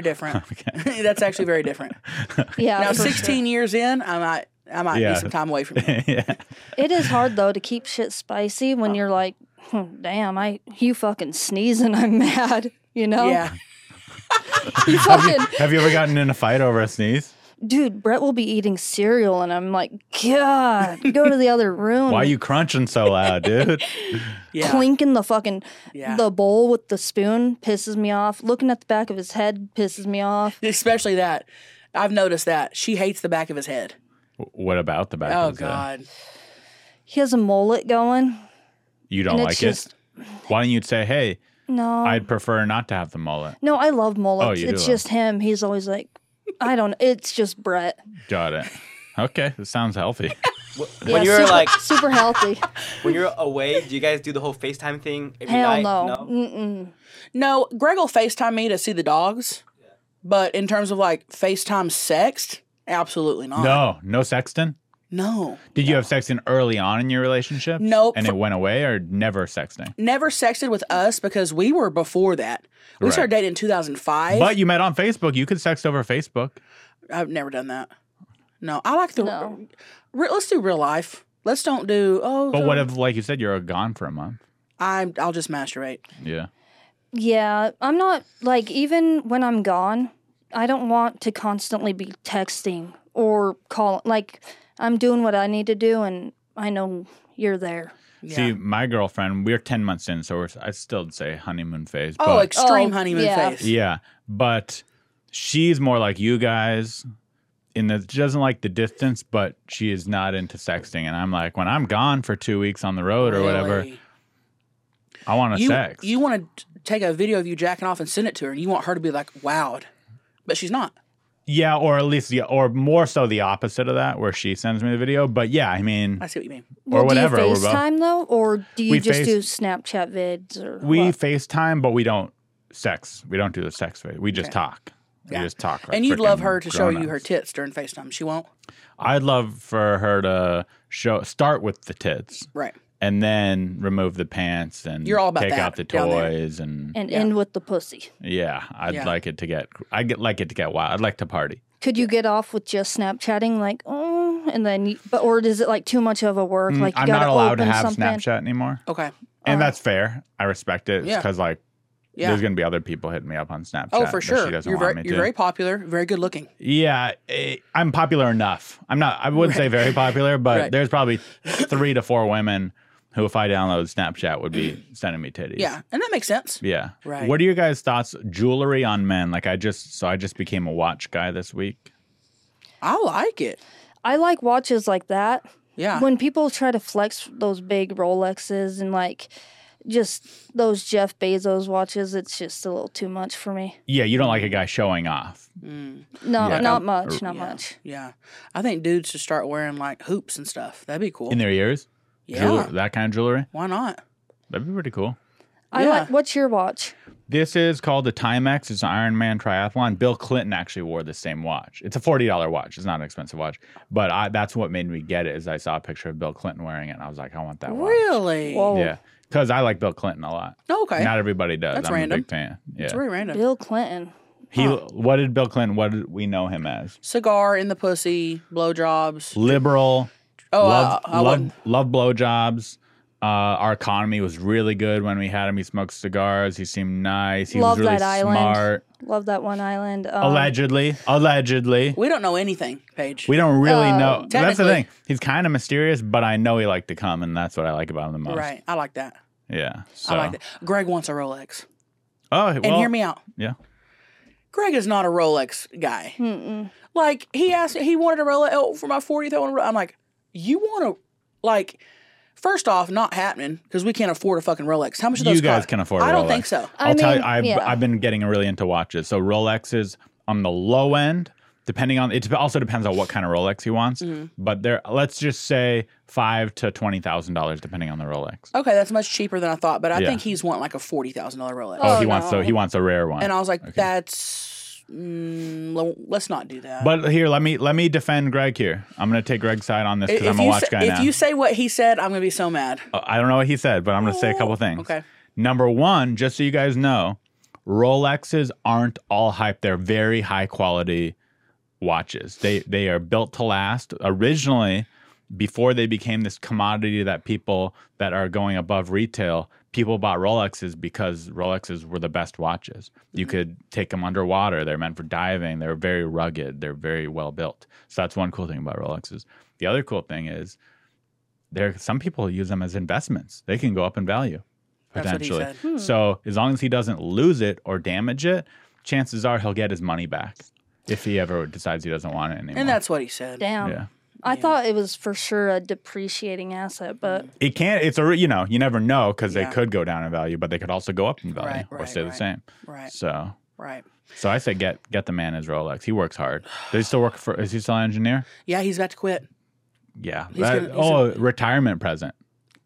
H: different.
G: different. that's actually very different.
H: Yeah.
G: Now
H: for sure.
G: 16 years in, I might I might
F: Yeah.
G: be some time away from you.
F: yeah.
H: It is hard though to keep shit spicy
F: Oh.
H: when you're like, "Hmm, damn, I you fucking sneeze and I'm mad. You know?
G: Yeah.
H: You fucking
F: Have you ever gotten in a fight over a sneeze?
H: dude, Brett will be eating cereal and I'm like, God, go to the other
G: Oh,
H: room.
F: Why are you crunching so loud, dude?
G: Yeah.
H: clinking the fucking
G: Yeah.
H: the bowl with the spoon pisses me off. Looking at the back of his head pisses me off.
G: Especially that. I've noticed that. She hates the back of his head.
F: what about the back?
G: Oh
F: of the-
G: god.
H: He has a mullet going.
F: You don't
H: And
F: like
H: it's
F: it? Why don't you say, hey,
H: No.
F: I'd prefer not to have the mullet?
H: no, I love mullets.
F: Oh, you do
H: it's
F: love-
H: just him. He's always like, I don't it's just Brett.
F: Got it. Okay, that sounds healthy.
H: Yeah,
I: when you're
H: super,
I: like
H: super healthy.
I: when you're away, do you guys do the whole FaceTime thing every
H: Hell
I: night?
H: no. Mm-mm.
G: No, Greg will FaceTime me to see the dogs. But in terms of like FaceTime sex, absolutely not.
F: no, no sexting?
G: No.
F: Did you have sexting early on in your relationship?
G: Nope.
F: And it went away or never sexting?
G: Never sexted with us because we were before that. We
F: Right.
G: started dating in 2005.
F: But you met on Facebook. You could sext over Facebook.
G: I've never done that. No, I like the.
H: No.
G: Re- let's do real life. Let's don't do. Oh,
F: But what if, like you said, you're gone for a month?
G: I'm, I'll just masturbate.
F: Yeah.
H: Yeah, I'm not like even when I'm gone, I don't want to constantly be texting or call. Like I'm doing what I need to do, and I know you're there.
F: See, my girlfriend, we're 10 months in, so we're, I still say honeymoon phase.
G: Oh,
F: but,
G: extreme
H: Oh,
G: honeymoon
H: yeah.
G: face.
F: Yeah, but she's more like you guys in that she doesn't like the distance, but she is not into sexting. And I'm like, when I'm gone for two weeks on the road or whatever,
G: Really?
F: I want to
G: You,
F: sex.
G: you want to take a video of you jacking off and send it to her, and you want her to be like, wowed. But she's not.
F: yeah, or at least the or more so the opposite of that, where she sends me the video. But yeah, I mean,
G: I see what you mean.
F: or whatever.
H: Do you
F: we're both-
H: FaceTime though, or do you
F: We
H: just
F: face-
H: do Snapchat vids or
F: we
H: what?
F: FaceTime, but we don't sex. We don't do the sex. phase. We just talk.
G: Yeah.
F: We just talk. like
G: and you'd love
F: frickin'
G: her to show you her
F: grown-ups.
G: tits during FaceTime. She won't.
F: I'd love for her to show start with the tits.
G: Right.
F: and then remove the pants and
G: You're all about
F: take
G: that
F: out the
G: down there.
F: toys and
H: and end with the pussy?
F: yeah i'd
G: Yeah.
F: like it to get i get like it to get wild i'd like to party
H: Could you get off with just Snapchatting, like oh, and then you, but or is it like too much of a work? Like you
F: Mm, i'm
H: gotta
F: not allowed to
H: open
F: have
H: something.
F: snapchat anymore
G: Okay.
F: and that's fair i respect it
G: Uh, Yeah.
F: because like
G: Yeah.
F: there's gonna be other people hitting me up on snapchat
G: oh, for
F: that
G: sure.
F: she
G: You're
F: doesn't
G: very,
F: want me
G: you're
F: to
G: very popular, very good looking.
F: yeah eh, i'm popular enough i'm not i wouldn't say very popular but
G: Right.
F: there's probably three to four women who if i download snapchat would be sending me titties
G: Yeah, and that makes sense.
F: Yeah.
G: Right.
F: What are your guys' thoughts? Jewelry on men. Like I just so I just became a watch guy this week.
G: I like it.
H: I like watches like that.
G: Yeah.
H: when people try to flex those big Rolexes and like just those Jeff Bezos watches, it's just a little too much for me.
F: Yeah, you don't like a guy showing off.
H: No,
F: Yeah.
H: not much, not much.
G: yeah, I think dudes should start wearing like hoops and stuff. That'd be cool.
F: In their ears?
G: yeah.
F: Jewel- that kind of jewelry?
G: Why not?
F: That'd be pretty cool.
H: I
G: Yeah.
H: like. What's your watch?
F: This is called the Timex. It's an Iron Man triathlon. Bill Clinton actually wore the same watch. It's a forty dollar watch. It's not an expensive watch, but I, that's what made me get it. Is I saw a picture of Bill Clinton wearing it, and I was like, I want that watch.
G: Really?
H: Whoa,
F: Yeah, because I like Bill Clinton a lot.
G: okay.
F: Not everybody does.
G: That's
F: I'm
G: random.
F: a big fan. Yeah.
G: it's very random.
H: Bill Clinton.
F: He. What did Bill Clinton? What did we know him as?
G: Cigar in the pussy, blowjobs.
F: liberal.
G: Oh,
F: love,
G: I- I
F: love,
G: wouldn't.
F: love blowjobs. Uh, our economy was really good when we had him. He smoked cigars. He seemed nice. He
H: Love
F: was really
H: that island.
F: smart.
H: Love that one island. Um,
F: Allegedly, allegedly,
G: We don't know anything, Paige.
F: we don't really know. That's the
G: Uh, technically-
F: thing. He's kind of mysterious, but I know he liked to come, and that's what I like about him the most.
G: right. I like that.
F: Yeah. So.
G: I like that. Greg wants a Rolex.
F: Oh, well,
G: And hear me out.
F: Yeah.
G: Greg is not a Rolex guy. Like he asked, he wanted a Rolex oh, for my 40th. I want a Rolex. I'm like, you want to, like, first off, not happening because we can't afford a fucking Rolex. How much do those
F: You guys
G: cost?
F: can afford.
G: I
F: a
G: don't
F: Rolex.
G: think so.
H: I
F: I'll tell you,
H: mean,
F: I've,
H: yeah.
F: I've been getting really into watches. So Rolexes on the low end depending on it dep- also depends on what kind of Rolex he wants.
G: Mm-hmm.
F: But there, let's just say five to twenty thousand dollars, depending on the Rolex.
G: Okay, that's much cheaper than I thought, but I
F: Yeah.
G: think he's want like a forty thousand dollar Rolex.
F: Oh,
H: Oh,
F: he wants
H: no.
F: so he wants a rare one.
G: and I was like, that's mm, lo- let's not do that.
F: but here, let me let me defend Greg here. I'm gonna take Greg's side on this
G: if,
F: because I'm a
G: you
F: watch
G: say,
F: guy
G: if
F: now.
G: you say what he said, I'm gonna be so mad.
F: Uh, I don't know what he said, but I'm going to say a couple things.
G: Okay.
F: Number one, just so you guys know, Rolexes aren't all hype. They're very high quality watches. They they are built to last. Originally, before they became this commodity that people that are going above retail, people bought Rolexes because Rolexes were the best watches. You could take them underwater. They're meant for diving. They're very rugged. They're very well built. So that's one cool thing about Rolexes. The other cool thing is there some people use them as investments. They can go up in value
G: That's what he
F: potentially.
G: said.
F: So as long as he doesn't lose it or damage it, chances are he'll get his money back if he ever decides he doesn't want it anymore.
G: And that's what he said.
H: Damn.
F: yeah.
H: I thought it was for sure a depreciating asset, but
F: It can't. It's a re- you know you never know because
G: Yeah.
F: they could go down in value, but they could also go up in value
G: Right,
F: or
G: right,
F: stay
G: right.
F: the same.
G: Right,
F: So
G: right.
F: so I say get get the man his Rolex. He works hard. Does he still work for? Is he still an engineer?
G: Yeah, he's about to quit.
F: Yeah.
G: He's gonna-
F: That-
G: he's
F: oh, retirement present.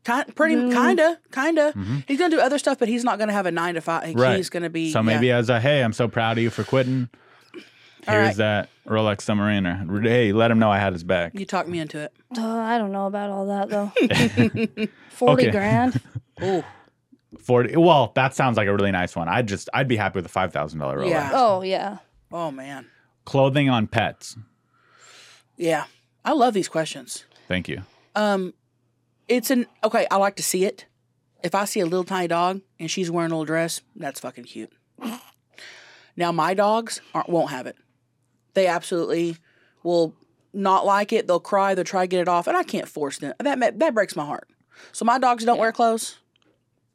G: Kind, pretty, kinda, kinda. He's gonna do other stuff, but he's not gonna have a nine to five.
F: Mm-hmm. Right.
G: He's gonna be.
F: So
G: yeah.
F: maybe as a hey, I'm so proud of you for quitting.
G: All
F: Here's
G: right.
F: that Rolex Submariner. Hey, let him know I had his back.
G: you talked me into it.
H: uh, I don't know about all that though. 40
F: Okay.
H: grand.
G: Oh,
F: 40 well that sounds like a really nice one i'd just i'd be happy with a $5000 rolex
G: Yeah.
H: Oh, yeah.
G: oh man.
F: clothing on pets
G: Yeah, I love these questions.
F: thank you
G: Um, it's an okay. I like to see it. If I see a little tiny dog and she's wearing a little dress, that's fucking cute. now my dogs aren't, won't have it. They absolutely will not like it. They'll cry. They'll try to get it off, and I can't force them. That ma- that breaks my heart. So my dogs don't wear clothes,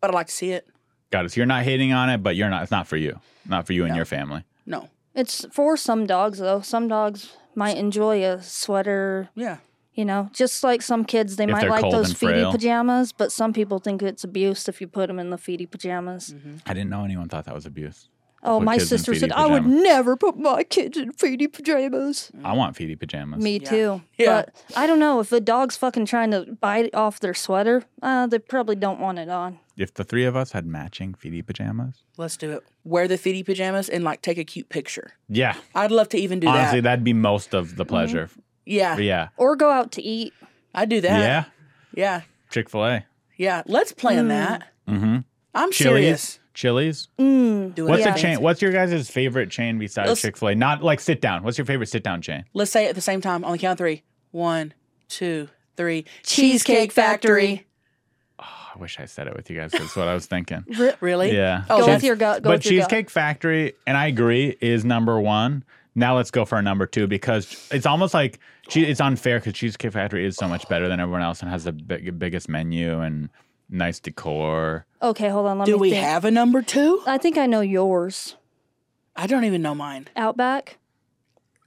G: but I like to see it.
F: got it so you're not hating on it but you're not it's not for you not for you and your family
G: No,
H: It's for some dogs though. Some dogs might enjoy a sweater,
G: yeah,
H: you know, just like some kids, they might
F: they're
H: like
F: cold
H: those
F: and
H: feety
F: frail.
H: pajamas, but some people think it's abuse if you put them in the feety pajamas.
G: Mm-hmm.
F: i didn't know anyone thought that was abuse
H: Oh,
F: Put
H: my
F: kids in
H: sister
F: feety
H: said, I would
F: pajamas."
H: never put my kids in feety pajamas.
G: Mm.
F: i want feety pajamas
H: Me too.
G: Yeah.
H: But I don't know if a dog's fucking trying to bite off their sweater, uh, they probably don't want it on.
F: if the three of us had matching feety pajamas
G: let's do it. Wear the feety pajamas and like take a cute picture.
F: yeah
G: I'd love to even do
F: honestly
G: that. Mm-hmm. Ah.
F: that'd be most of the pleasure
G: Yeah,
F: yeah
H: Or go out to eat.
G: I do that.
F: yeah
G: yeah,
F: chick-fil-a
G: yeah. Let's plan that.
F: mm-hmm
G: I'm serious.
F: chili's chili's
H: Mm.
G: Do
F: what's
G: it.
F: the
H: Yeah.
F: chain what's your guys' favorite chain besides
G: Let's-
F: chick-fil-a not like sit down what's your favorite sit down chain
G: Let's say it at the same time on the count of three. One, two, three.
H: Cheesecake Factory.
F: Oh, i wish i said it with you guys that's what i was thinking
G: Really?
F: yeah
G: Oh,
H: go
G: that's-
H: with your gut. Go
F: but
H: with your gut.
F: Cheesecake Factory, and I agree, is number one. Now let's go for a number two because it's almost like che- it's unfair because Cheesecake Factory is so much better than everyone else and has the big, biggest menu and nice decor.
H: Okay, hold on. Let
G: Do
H: me
G: we
H: think.
G: have a number two?
H: I think I know yours.
G: I don't even know mine.
H: Outback.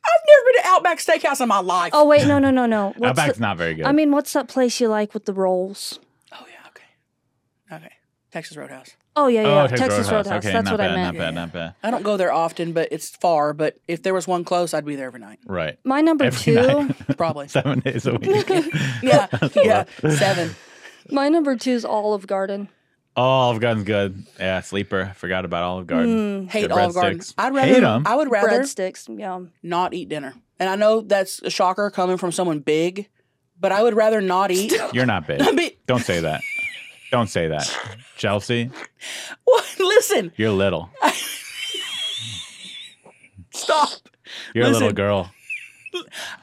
G: I've never been to Outback Steakhouse in my life.
H: Oh wait, no, no, no, no. What's
F: Outback's
H: the-
F: not very good.
H: I mean, what's that place you like with the rolls?
G: Oh, yeah. Okay. Okay. Texas Roadhouse.
H: Oh yeah, yeah.
F: oh,
H: Texas Roadhouse.
F: Okay,
H: That's
F: not
H: what
F: bad,
H: I meant.
F: Not bad, not bad.
G: I don't go there often, but it's far. But if there was one close, I'd be there every night.
F: Right.
H: My number
F: Every
H: two.
F: night.
G: Probably.
F: Seven days a week.
G: yeah. Yeah. Seven.
H: my number two is Olive Garden.
F: oh, Olive Garden's good. Yeah, sleeper. Forgot about Olive Garden.
G: Hate
F: Good
G: Olive Garden.
F: breadsticks.
G: I'd
F: Hate
G: rather.
F: 'em.
G: I would rather
H: Breadsticks. Yum.
G: not eat dinner. And I know that's a shocker coming from someone big, but I would rather not eat.
H: Hmm.
F: You're not big.
G: mean-
F: Don't say that. Don't say that. Chelsea,
G: What? Listen.
F: you're little.
G: Stop.
F: You're a little
G: Listen.
F: girl.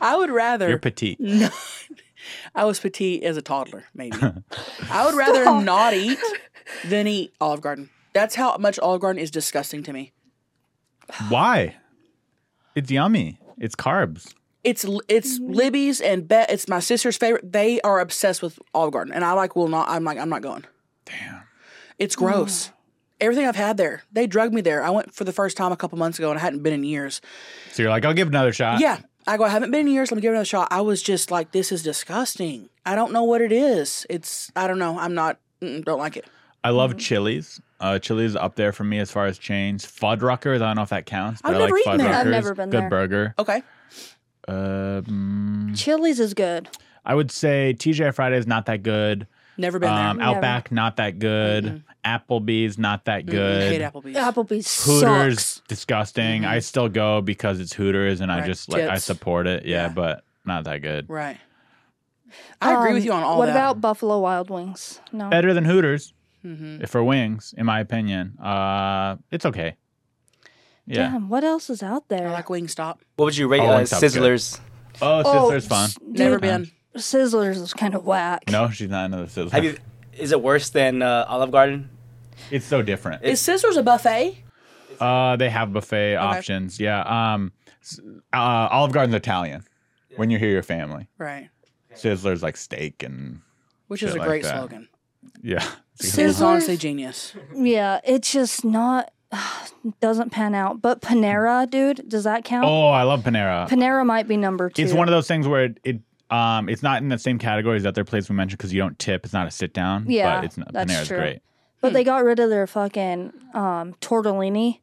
G: I would rather.
F: You're petite.
G: I was petite as a toddler, maybe. I would rather not eat than eat Olive Garden. That's how much Olive Garden is disgusting to me.
F: Why? It's yummy. It's carbs.
G: It's it's Libby's and Bet. It's my sister's favorite. They are obsessed with Olive Garden, and I like will not. I'm like I'm not going. Damn, it's gross. Everything I've had there, they drugged me there. I went for the first time a couple months ago, and I hadn't been in years.
F: So you're like, I'll give it another shot.
G: Yeah. I go, I haven't been in years. Let me give it another shot. I was just like, this is disgusting. I don't know what it is. It's, I don't know. I'm not, mm, don't like it.
F: I love chilies. Uh, chilies is up there for me as far as chains. Fuddruckers. I don't know if that counts. But
G: I've
F: I
G: never
F: like
G: eaten
F: Fuddruckers.
G: there.
H: I've never been
F: Good
H: there.
F: burger.
G: Okay.
F: Um,
H: Chili's is good.
F: I would say TGI Friday is not that good.
G: Never been
F: Um,
G: there.
H: Never.
F: Outback not that good. Applebee's not that
G: I hate
F: good.
G: Applebee's.
H: Applebee's
F: Hooters
H: sucks.
F: disgusting. I still go because it's Hooters and I
G: Right.
F: just like I
G: Tips.
F: support it. Yeah,
G: Yeah.
F: but not that good.
G: Right. I agree with
H: Um,
G: you on all
H: What
G: that.
H: about Buffalo Wild Wings? No.
F: Better than Hooters
G: Mm-hmm.
F: for wings, in my opinion. Uh, it's okay. Yeah.
H: Damn, what else is out there?
G: I like Wingstop.
I: What would you rate
F: Oh,
I: uh,
F: Wingstop's good.
I: Sizzlers?
F: Oh,
H: Oh,
F: Sizzler's fun.
H: s- dude,
G: Never been.
H: Sizzlers is kind of whack.
F: No, she's not into the Sizzler.
I: Have you? Is it worse than uh, Olive Garden?
F: it's so different.
G: Is Scissors a buffet?
F: Uh, they have buffet options. Yeah. Um, s- uh, Olive Garden's Italian. When you hear your family,
G: Right.
F: Sizzler's like steak and
G: Which is
F: Shit
G: a
F: like
G: great
F: that.
G: slogan.
F: yeah. It's
G: It's honestly
H: Sizzlers,
G: genius.
H: yeah, it's just not doesn't pan out. But Panera, dude, does that count?
F: Oh, I love Panera.
H: Panera might be number two.
F: It's one of those things where it, it um it's not in the same category as the other place we mentioned because you don't tip. It's not a sit down.
H: Yeah,
F: but it's not,
H: that's
F: Panera's
H: true.
F: great.
H: But
G: Hmm.
H: they got rid of their fucking um, tortellini.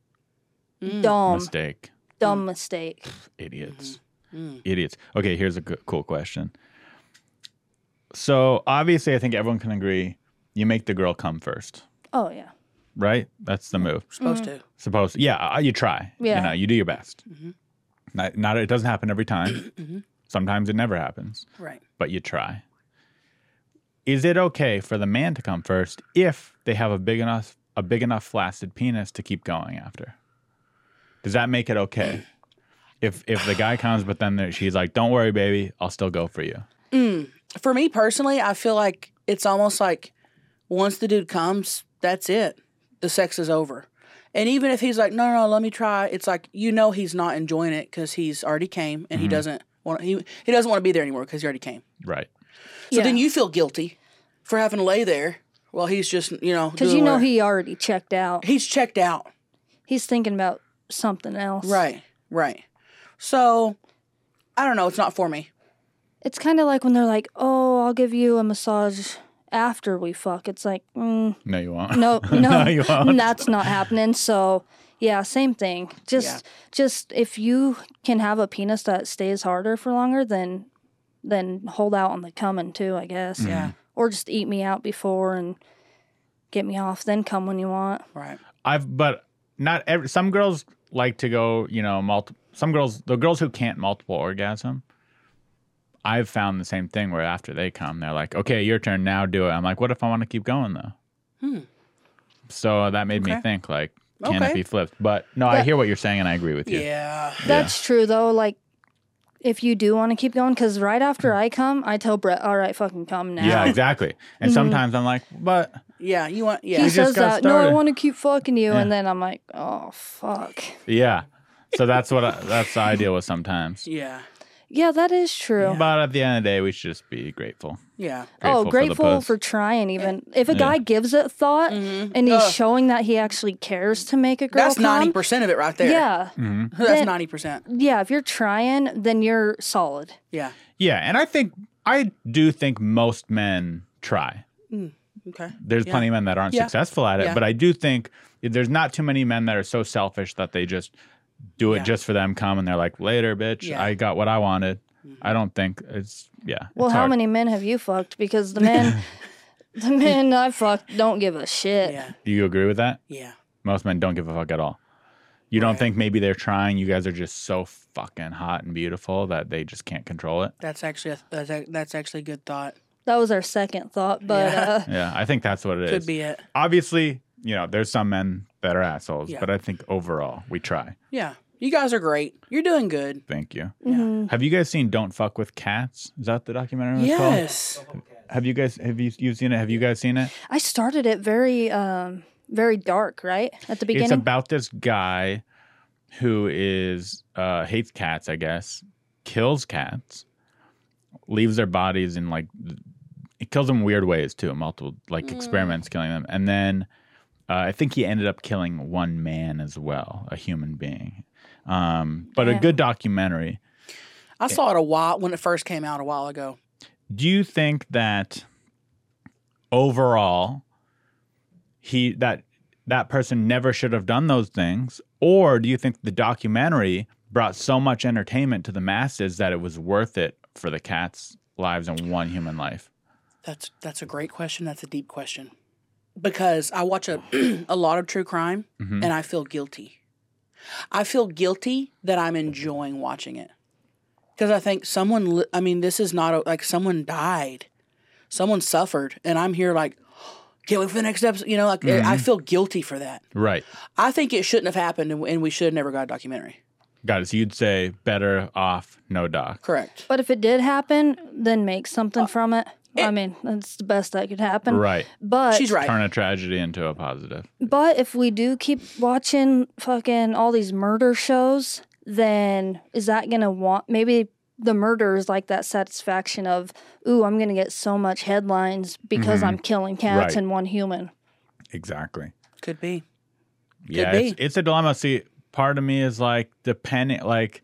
G: Mm.
H: Dumb,
F: Mistake,
H: dumb mistake.
F: idiots, idiots. Okay, here's a g- cool question. So obviously, I think everyone can agree. You make the girl come first,
H: Oh yeah,
F: right? That's the move.
G: Supposed
H: Mm-hmm.
G: to.
F: Supposed, yeah. uh, You try.
H: Yeah.
F: You know, you do your best. Not, not it doesn't happen every time. Sometimes it never happens.
G: Right.
F: but you try. Is it okay for the man to come first if they have a big enough a big enough flaccid penis to keep going after? Does that make it okay? If if the guy comes, but then there, she's like, "Don't worry, baby, I'll still go for you."
G: For me personally, I feel like it's almost like once the dude comes, that's it. The sex is over. And even if he's like, no, no, no, let me try, it's like you know he's not enjoying it because he's already came and he doesn't want he he doesn't want to be there anymore because he already came.
F: Right.
G: So
H: Yeah.
G: then you feel guilty for having to lay there while he's just you know
H: because
G: doing
H: you know
G: whatever.
H: he already checked out.
G: he's checked out.
H: He's thinking about something else.
G: Right, right. So I don't know. It's not for me.
H: It's kind of like when they're like, "Oh, I'll give you a massage after we fuck." It's like, mm,
F: No, you won't.
H: no,
F: No,
H: no,
F: you won't.
H: that's not happening. So yeah, same thing. Just, just if you can have a penis that stays harder for longer, then, then hold out on the coming too, I guess.
G: Yeah.
H: Or just eat me out before and get me off, then come when you want.
G: Right.
F: I've but not every, some girls like to go, you know, multiple. Some girls, the girls who can't multiple orgasm, I've found the same thing where after they come, they're like, "Okay, your turn now, do it." I'm like, "What if I want to keep going though?" So that made me
G: Hmm. Okay.
F: think like, can it
G: Okay.
F: be flipped? But no, I
H: But-
F: hear what you're saying and I agree with you.
G: Yeah.
H: That's true though. Like, if you do want to keep going, because right after I come, I tell Brett, "All right, fucking come now."
F: Yeah, exactly. And
G: Mm-hmm.
F: sometimes I'm like, but
G: Yeah. You want? Yeah.
H: He
F: just
H: says
F: got
H: that. No, I
F: started."
H: want to keep fucking you,
F: Yeah.
H: and then I'm like, oh fuck.
F: yeah. So that's what I, that's how I deal with sometimes.
G: yeah.
H: Yeah, that is true.
F: But at the end of the day, we should just be grateful.
G: Yeah.
H: oh, grateful
F: for,
H: for,
F: the puss.
H: trying. Even if a guy gives it thought and he's showing that he actually cares to make a girl
G: That's
H: come,
G: ninety percent of it right there.
H: Yeah,
F: Mm.
G: That's ninety percent.
H: yeah. If you're trying, then you're solid.
G: Yeah.
F: Yeah, and I think I do think most men try.
G: Okay.
F: There's plenty of men that aren't
G: Yeah.
F: successful at it,
G: Yeah.
F: but I do think there's not too many men that are so selfish that they just do it
G: Yeah.
F: just for them. Come and they're like, later, bitch.
G: Yeah. Mm-hmm.
F: I got what I wanted. I don't think it's yeah.
H: Well,
F: it's
H: how
F: hard.
H: many men have you fucked? Because the men, the men I fucked don't give a shit.
G: Yeah.
F: Do you agree with that?
G: Yeah.
F: Most men don't give a fuck at all. You don't think maybe they're trying. You guys are just so fucking hot and beautiful that they just can't control it.
G: That's actually a, that's a, that's actually a good thought.
H: That was our second thought, but uh,
F: Yeah, I think that's what it is.
G: Could be it.
F: Obviously, you know, there's some men that are assholes,
G: Yeah.
F: but I think overall we try.
G: Yeah. You guys are great. You're doing good.
F: Thank you.
H: mm,
F: Have you guys seen "Don't Fuck with Cats"? Is that the documentary? it's called?
G: Yes.
F: Have you guys have you you've seen it? Have you guys seen it?
H: I started it very, um, very dark. Right at the beginning.
F: It's about this guy who is uh, hates cats, I guess, kills cats, leaves their bodies in like it kills them weird ways too, multiple like
H: Mm.
F: experiments killing them, and then uh, I think he ended up killing one man as well, a human being. Um, but a
H: Yeah.
F: good documentary.
G: I saw it a while when it first came out a while ago.
F: do you think that overall he that that person never should have done those things or do you think the documentary brought so much entertainment to the masses that it was worth it for the cats' lives and one human life.
G: That's that's a great question. That's a deep question. Because I watch a a lot of true crime and I feel guilty. I feel guilty that I'm enjoying watching it. Cuz I think someone li- I mean this is not a, like someone died. Someone suffered and I'm here like can't wait for the next episode, you know, like eh, I feel guilty for that.
F: Right.
G: I think it shouldn't have happened and, and we should have never got a documentary.
F: Got it. So you'd say better off no doc.
G: Correct.
H: But if it did happen, then make something from it. I mean, that's the best that could happen.
F: Right.
H: But
G: She's right.
F: Turn a tragedy into a positive.
H: But if we do keep watching fucking all these murder shows, then is that gonna want maybe the murder is like that satisfaction of, ooh, I'm gonna get so much headlines because I'm killing cats
F: Mm-hmm. Right.
H: and one human.
F: Exactly.
G: Could be.
F: Yeah,
G: be.
F: it's, it's a dilemma. See, part of me is like depending, like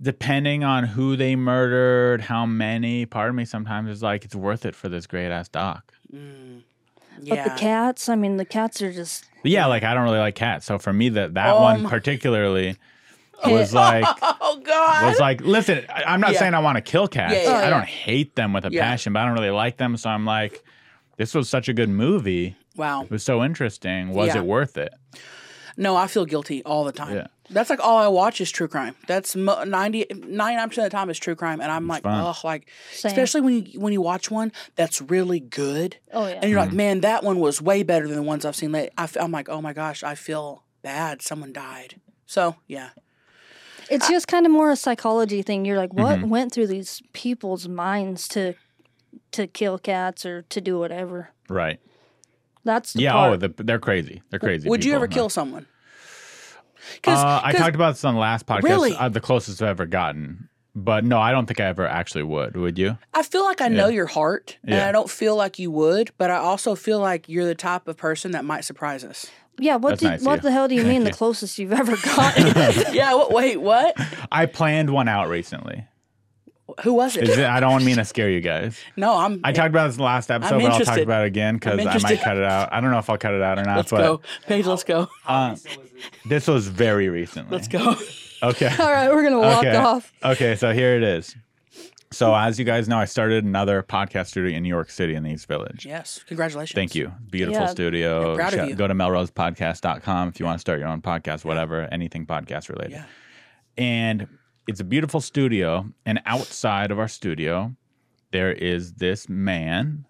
F: depending on who they murdered, how many. Part of me sometimes is like it's worth it for this great ass doc.
G: Yeah.
H: But the cats, I mean, the cats are just
F: But yeah, like I don't really like cats, so for me that that
G: Oh
F: one
G: my-
F: particularly was like
G: oh god.
F: was like listen. I, I'm not
G: Yeah.
F: saying I want to kill cats.
G: Yeah, yeah,
F: I
G: yeah.
F: don't hate them with a
G: Yeah.
F: passion, but I don't really like them. So I'm like, this was such a good movie.
G: wow.
F: It was so interesting. Was
G: Yeah.
F: it worth it?
G: No, I feel guilty all the time.
F: Yeah.
G: That's like all I watch is true crime. That's mo- 90, 99% of the time is true crime. And I'm like,
F: fun.
G: ugh, like,
H: Same.
G: especially when you, when you watch one that's really good.
H: Oh, yeah.
G: And you're like,
F: Mm-hmm.
G: man, that one was way better than the ones I've seen. Late. I f- I'm like, oh my gosh, I feel bad. Someone died. So, yeah.
H: it's just kind of more a psychology thing. You're like, what
F: Mm-hmm.
H: went through these people's minds to to kill cats or to do whatever?
F: Right.
H: That's the
F: yeah.
H: part.
F: Oh, the, they're crazy. They're crazy.
G: Would you
F: people.
G: ever
F: No.
G: kill someone? Because
F: Uh, I talked about this on the last podcast.
G: Really?
F: Uh, the closest I've ever gotten. But no, I don't think I ever actually would. Would you?
G: I feel like I know your heart, and
F: Yeah.
G: I don't feel like you would, but I also feel like you're the type of person that might surprise us.
H: yeah, what
F: That's
H: do,
F: nice of
H: what
F: you.
H: the hell do you mean the closest you've ever gotten?
G: yeah. What, wait. What?
F: I planned one out recently.
G: Who was
F: Is
G: it?
F: it I don't mean to scare you guys.
G: No, I'm.
F: I talked about this in the last episode,
G: I'm
F: but I'll talk
G: interested.
F: about it again because
G: I'm
F: I might
G: interested.
F: cut it out. I don't know if I'll cut it out or not,
G: Let's
F: but uh,
G: go, Paige. Let's go.
F: this was very recently.
G: Let's go.
F: Okay.
H: all right, we're gonna walk
F: okay.
H: off.
F: Okay, so here it is. So as you guys know, I started another podcast studio in New York City in the East Village.
G: Yes. Congratulations.
F: Thank you. Beautiful
H: Yeah.
F: studio.
G: I'm proud of
F: Shout-
G: you.
F: Go to melrosepodcast.com if you want to start your own podcast, whatever, anything podcast related.
G: Yeah.
F: And it's a beautiful studio. And outside of our studio, there is this man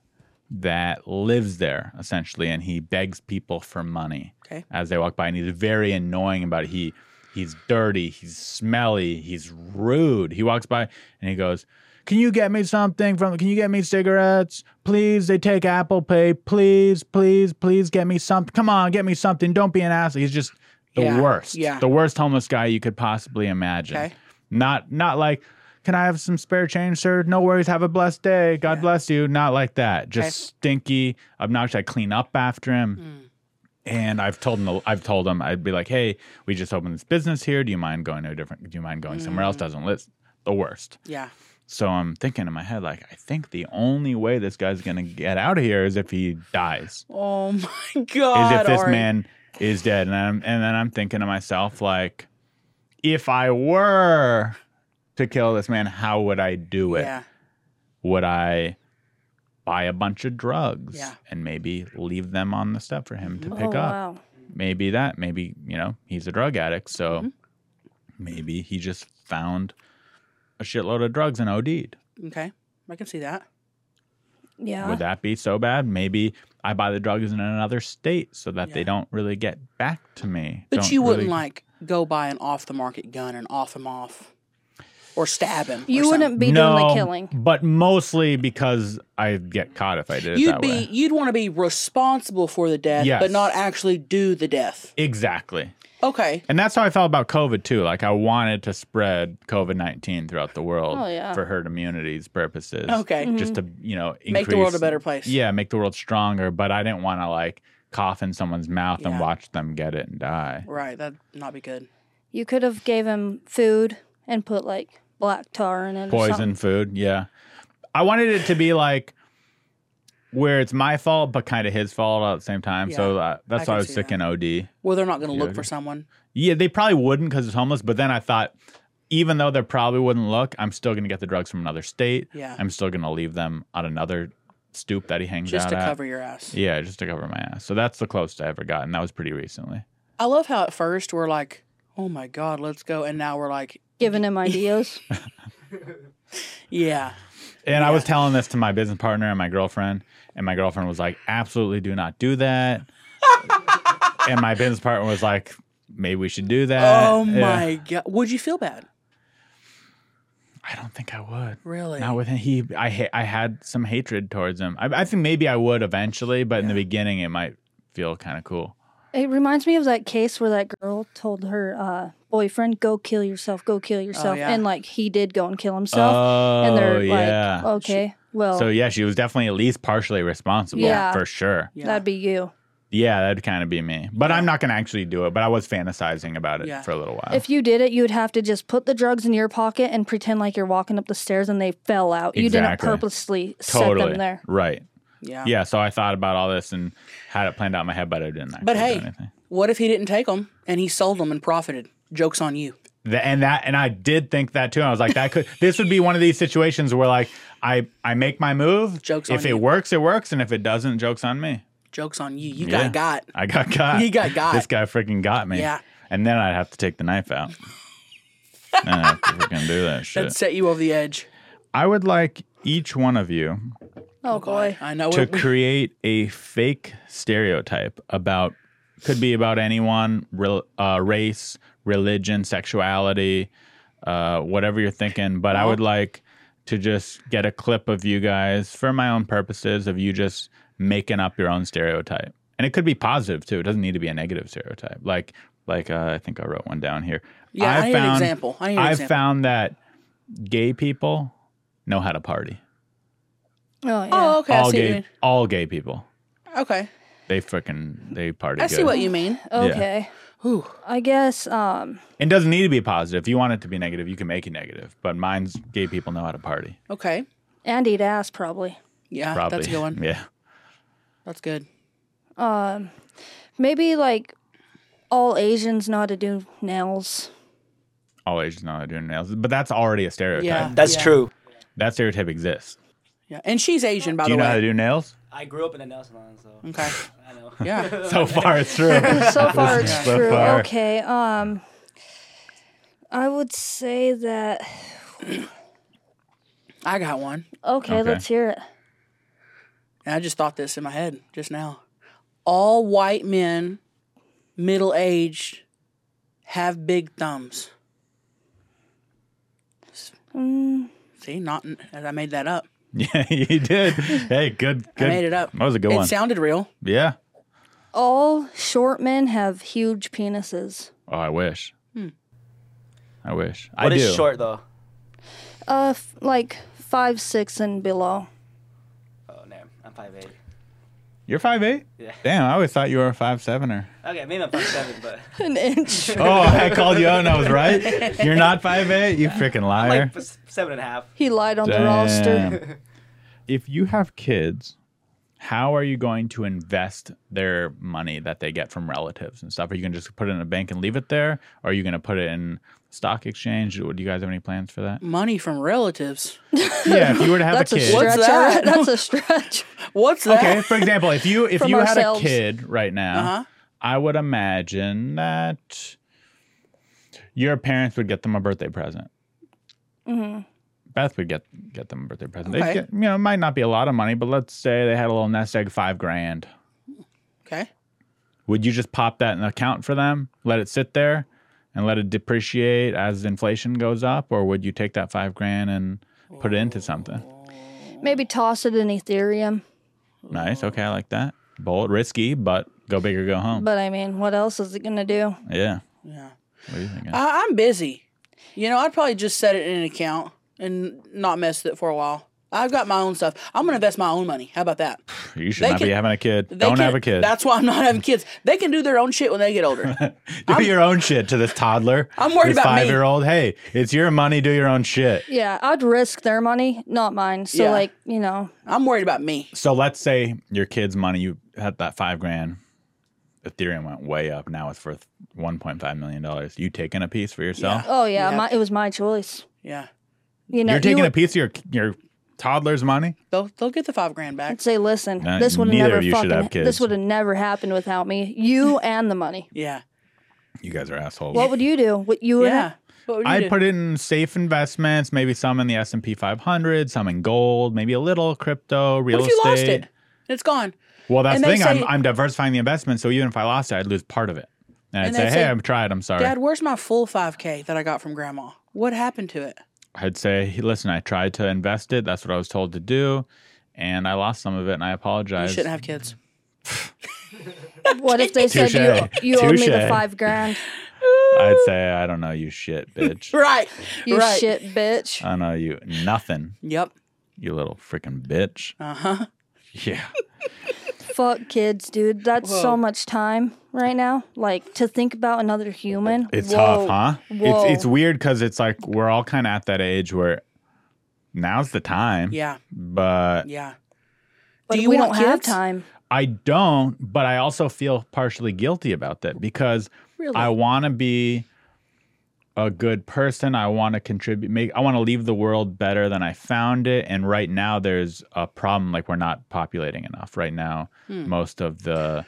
F: that lives there essentially, and he begs people for money
G: Okay.
F: as they walk by, and he's very annoying about it. He he's dirty, he's smelly, he's rude. He walks by and he goes, "Can you get me something from? Can you get me cigarettes, please? They take Apple Pay, please, please, please get me something. Come on, get me something. Don't be an ass." He's just the
G: Yeah,
F: worst,
G: yeah.
F: the worst homeless guy you could possibly imagine.
G: Okay.
F: Not not like. Can I have some spare change, sir? No worries. Have a blessed day. God bless you. Not like that. Just stinky, obnoxious. I clean up after him. And I've told him, I've told him, I'd be like, hey, we just opened this business here. Do you mind going to a different, do you mind going somewhere else? Doesn't list the worst.
G: Yeah.
F: So I'm thinking in my head, like, I think the only way this guy's going to get out of here is if he dies,
G: Oh my
F: is
G: God.
F: if this
G: Ari.
F: man is dead. And, I'm, and then I'm thinking to myself, like, if I were to kill this man, how would I do it?
G: Yeah.
F: would I buy a bunch of drugs
G: Yeah.
F: and maybe leave them on the step for him to pick
H: oh
F: up?
H: wow.
F: Maybe that, maybe, you know, he's a drug addict. So
G: Mm-hmm.
F: maybe he just found a shitload of drugs and OD'd.
G: Okay. I can see that.
H: Yeah.
F: Would that be so bad? Maybe I buy the drugs in another state so that they
G: Yeah.
F: don't really get back to me.
G: But
F: Don't
G: you wouldn't
F: really-
G: like go buy an off the market gun and off him off or stab him. or
H: You
G: something.
H: wouldn't be
F: no,
H: doing the killing.
F: But mostly because I'd get caught if I did it
G: You'd
F: that
G: be.
F: way.
G: You'd want to be responsible for the death,
F: Yes.
G: but not actually do the death.
F: Exactly.
G: Okay.
F: And that's how I felt about COVID too. Like I wanted to spread COVID nineteen throughout the world
H: Oh, yeah.
F: for herd immunity's purposes.
G: Okay.
F: Just to you know increase,
G: Oh, mm-hmm. Make the world a better place.
F: Yeah, make the world stronger. But I didn't want to like cough in someone's mouth and
G: Yeah.
F: watch them get it and die.
G: Right. That'd not be good.
H: You could have gave him food and put like black tar in it. or something.
F: Poison food. Yeah, I wanted it to be like where it's my fault but kind of his fault all at the same time. So
G: Yeah,
F: uh, that's
G: I
F: why
G: can
F: I was
G: see
F: sick
G: that.
F: in OD.
G: Well, they're not going to look for someone.
F: Yeah, they probably wouldn't because it's homeless. But then I thought, even though they probably wouldn't look, I'm still going to get the drugs from another state.
G: Yeah.
F: I'm still going to leave them on another stoop that he hangs
G: Just
F: out
G: to
F: at.
G: cover your ass.
F: Yeah, just to cover my ass. So that's the closest I ever got, and that was pretty recently.
G: I love how at first we're like, oh my God, let's go. And now we're like,
H: Giving him ideas.
G: yeah.
F: And I was telling this to my business partner and my girlfriend, and my girlfriend was like, "Absolutely, do not do that." and my business partner was like, "Maybe we should do that."
G: Oh
F: Uh, Yeah.
G: my God. Would you feel bad?
F: I don't think I would.
G: Really?
F: Not with him. He, I, ha- I had some hatred towards him. I, I think maybe I would eventually, but in the beginning, it might feel kind of cool.
H: It reminds me of that case where that girl told her uh, boyfriend, "Go kill yourself, go kill yourself,"
G: yeah.
H: and like he did go and kill himself, and
F: Oh,
H: they're
F: yeah.
H: like, "Okay, well,
F: So yeah, she was definitely at least partially responsible
H: Yeah.
F: for sure. Yeah,
G: Yeah.
H: that'd be you."
F: that'd kind of be me. But I'm not gonna actually do it. But I was fantasizing about it
G: Yeah.
F: for a little while.
H: If you did it, you would have to just put the drugs in your pocket and pretend like you're walking up the stairs and they fell out. You didn't
F: Exactly.
H: purposely set them there.
F: Right.
G: Yeah.
F: Yeah. So I thought about all this and had it planned out in my head, but I didn't. Actually
G: But
F: do
G: hey,
F: anything.
G: what if he didn't take them and he sold them and profited? Joke's on you.
F: Th- and that and I did think that too. I was like, that could this would be one of these situations where like I I make my move.
G: Joke's
F: If
G: on
F: it
G: you.
F: works, it works, and if it doesn't, jokes on me.
G: Joke's on you. You
F: Yeah.
G: got got.
F: I got got.
G: He got got.
F: This guy freaking got me.
G: Yeah.
F: And then I'd have to take the knife out. and I have to freaking do that shit.
G: That set you over the edge.
F: I would like each one of you
H: Oh boy,
G: I know.
F: to
G: It,
F: create a fake stereotype about could be about anyone rel uh, race religion sexuality uh, whatever you're thinking but i would like to just get a clip of you guys for my own purposes of you just making up your own stereotype and it could be positive too it doesn't need to be a negative stereotype like like uh, i think i wrote one down here
G: Yeah, I need an example. I need an
F: I've
G: example.
F: found that gay people know how to party
H: oh yeah,
G: oh, okay. I
F: all
G: see what you
F: gay
G: mean.
F: all gay people
G: Okay.
F: they freaking they party.
G: I
F: good.
G: see what you mean.
H: okay.
G: Whew.
H: I guess um,
F: It doesn't need to be positive. If you want it to be negative, you can make it negative. But mine's gay people know how to party.
G: Okay.
H: and eat ass probably.
G: Yeah,
F: Probably.
G: that's a good one.
F: Yeah.
G: That's good.
H: Maybe like all Asians know how to do nails.
F: All Asians know how to do nails, but that's already a stereotype.
G: Yeah.
I: That's
G: yeah.
I: true.
F: That stereotype exists.
G: Yeah. And she's Asian, by
F: Do you
G: the
F: know how to
G: way.
F: do nails?
I: I grew up in a nail salon, so
G: Okay.
I: I know.
G: Yeah.
F: So far, it's true.
H: so far it's
F: So
H: true.
F: far.
H: Okay. Um I would say that
G: I got one.
H: okay,
F: Okay.
H: let's hear it.
G: And I just thought this in my head just now. All white men, middle aged, have big thumbs. Hmm. See, not I made that up.
F: yeah, you did. Hey, good. good.
G: made it up.
F: That was a good
G: it
F: one.
G: sounded real.
F: yeah.
H: All short men have huge penises.
F: Oh, I wish.
G: Hmm.
F: I wish.
I: What
F: I
I: is
F: do.
I: short though?
H: Uh f- like 5 6 and below.
I: Oh, damn. I'm 5'8".
F: You're five eight.
I: Yeah.
F: Damn, I always thought you were a five sevener.
I: Okay, maybe I'm 5'7", but
H: An inch.
F: Oh, I called you out and I was right. You're not five eight. You freaking liar.
I: like s- seven and a half.
H: he lied on the roster.
F: Damn. if you have kids, how are you going to invest their money that they get from relatives and stuff? Are you going to just put it in a bank and leave it there? Or are you going to put it in stock exchange? Do you guys have any plans for that?
G: Money from relatives.
F: yeah, if you were to have
H: That's
F: a
H: a
F: kid.
H: stretch.
G: What's
H: all
G: that?
H: right. That's a stretch.
G: What's that?
F: okay, for example, if you if
H: From
F: you
H: ourselves. Uh-huh.
F: had a kid right now, I would imagine that your parents would get them a birthday present.
H: Mm-hmm.
F: Beth would get get them a birthday present. They'd
G: Okay.
F: Get, you know, it might not be a lot of money, but let's say they had a little nest egg, five grand.
G: Okay.
F: Would you just pop that in an account for them, let it sit there, and let it depreciate as inflation goes up, or would you take that five grand and put it into something?
H: Maybe toss it in Ethereum.
F: Nice. Okay, I like that. Bold, risky, but go big or go home.
H: But I mean, what else is it going to do?
F: yeah.
G: Yeah.
F: What are you thinking?
G: I, I'm busy. You know, I'd probably just set it in an account and not mess with it for a while. I I've got my own stuff. I'm gonna invest my own money. How about that?
F: You should
G: They
F: not be
G: can-
F: having a kid.
G: They
F: Don't
G: can-
F: have a kid.
G: That's why I'm not having kids. They can do their own shit when they get older.
F: do your own shit to this toddler.
G: I'm worried
F: this
G: about me.
F: five year old. Hey, it's your money. Do your own shit.
H: Yeah, I'd risk their money, not mine. So
G: Yeah.
H: like, you know,
G: I'm worried about me.
F: So let's say your kid's money, you had that five grand. Ethereum went way up. Now it's worth one point five million dollars. You taking a piece for yourself?
H: oh yeah,
G: Yeah.
H: My, it was my choice.
G: Yeah,
H: You know,
F: You're taking
H: you
F: a piece of your your toddler's money.
G: they'll they'll get the five grand back.
H: would say, listen,
F: No,
H: this would have
F: neither
H: never
F: of you should
H: fucking,
F: have kids.
H: this would have never happened without me. You and the money.
G: Yeah,
F: You guys are assholes.
H: What would you do? What you would
G: yeah. What would you
F: I
G: do?
F: put it in safe investments, maybe some in the S and P 500, some in gold, maybe a little crypto, real
G: What if you
F: estate.
G: lost it? It's gone.
F: Well, that's
G: And
F: the
G: they
F: thing.
G: say-
F: I'm, I'm diversifying the investment, so even if I lost it, I'd lose part of it. And, I'd
G: And they
F: say, hey,
G: say-
F: I've tried. I'm sorry.
G: Dad, where's my full 5K that I got from Grandma? What happened to it?
F: I'd say, "Hey, listen, I tried to invest it. That's what I was told to do, and I lost some of it, and I
G: You
F: apologize.
G: shouldn't have kids.
H: What if they said
F: Touche.
H: you you owe me the
F: Touche.
H: five grand?
F: I'd say, I don't know you shit, bitch.
G: Right.
H: You
G: right.
H: shit bitch.
F: I don't know you nothing,
G: Yep.
F: you little freaking bitch.
G: Uh huh.
F: Yeah.
H: Fuck kids, dude. That's
G: Whoa.
H: so much time right now. Like to think about another human.
F: It's
H: Whoa.
F: tough, huh?
H: Whoa.
F: It's it's weird because it's like we're all kind of at that age where now's the time.
G: Yeah.
F: But
G: Yeah.
H: But
G: Do you
H: we
G: want
H: don't have
G: kids?
H: time.
F: I don't. But I also feel partially guilty about that because
G: Really?
F: I want to be a good person. I want to contribute. Make. I want to leave the world better than I found it. And right now, there's a problem. Like we're not populating enough right now.
G: Hmm.
F: Most of the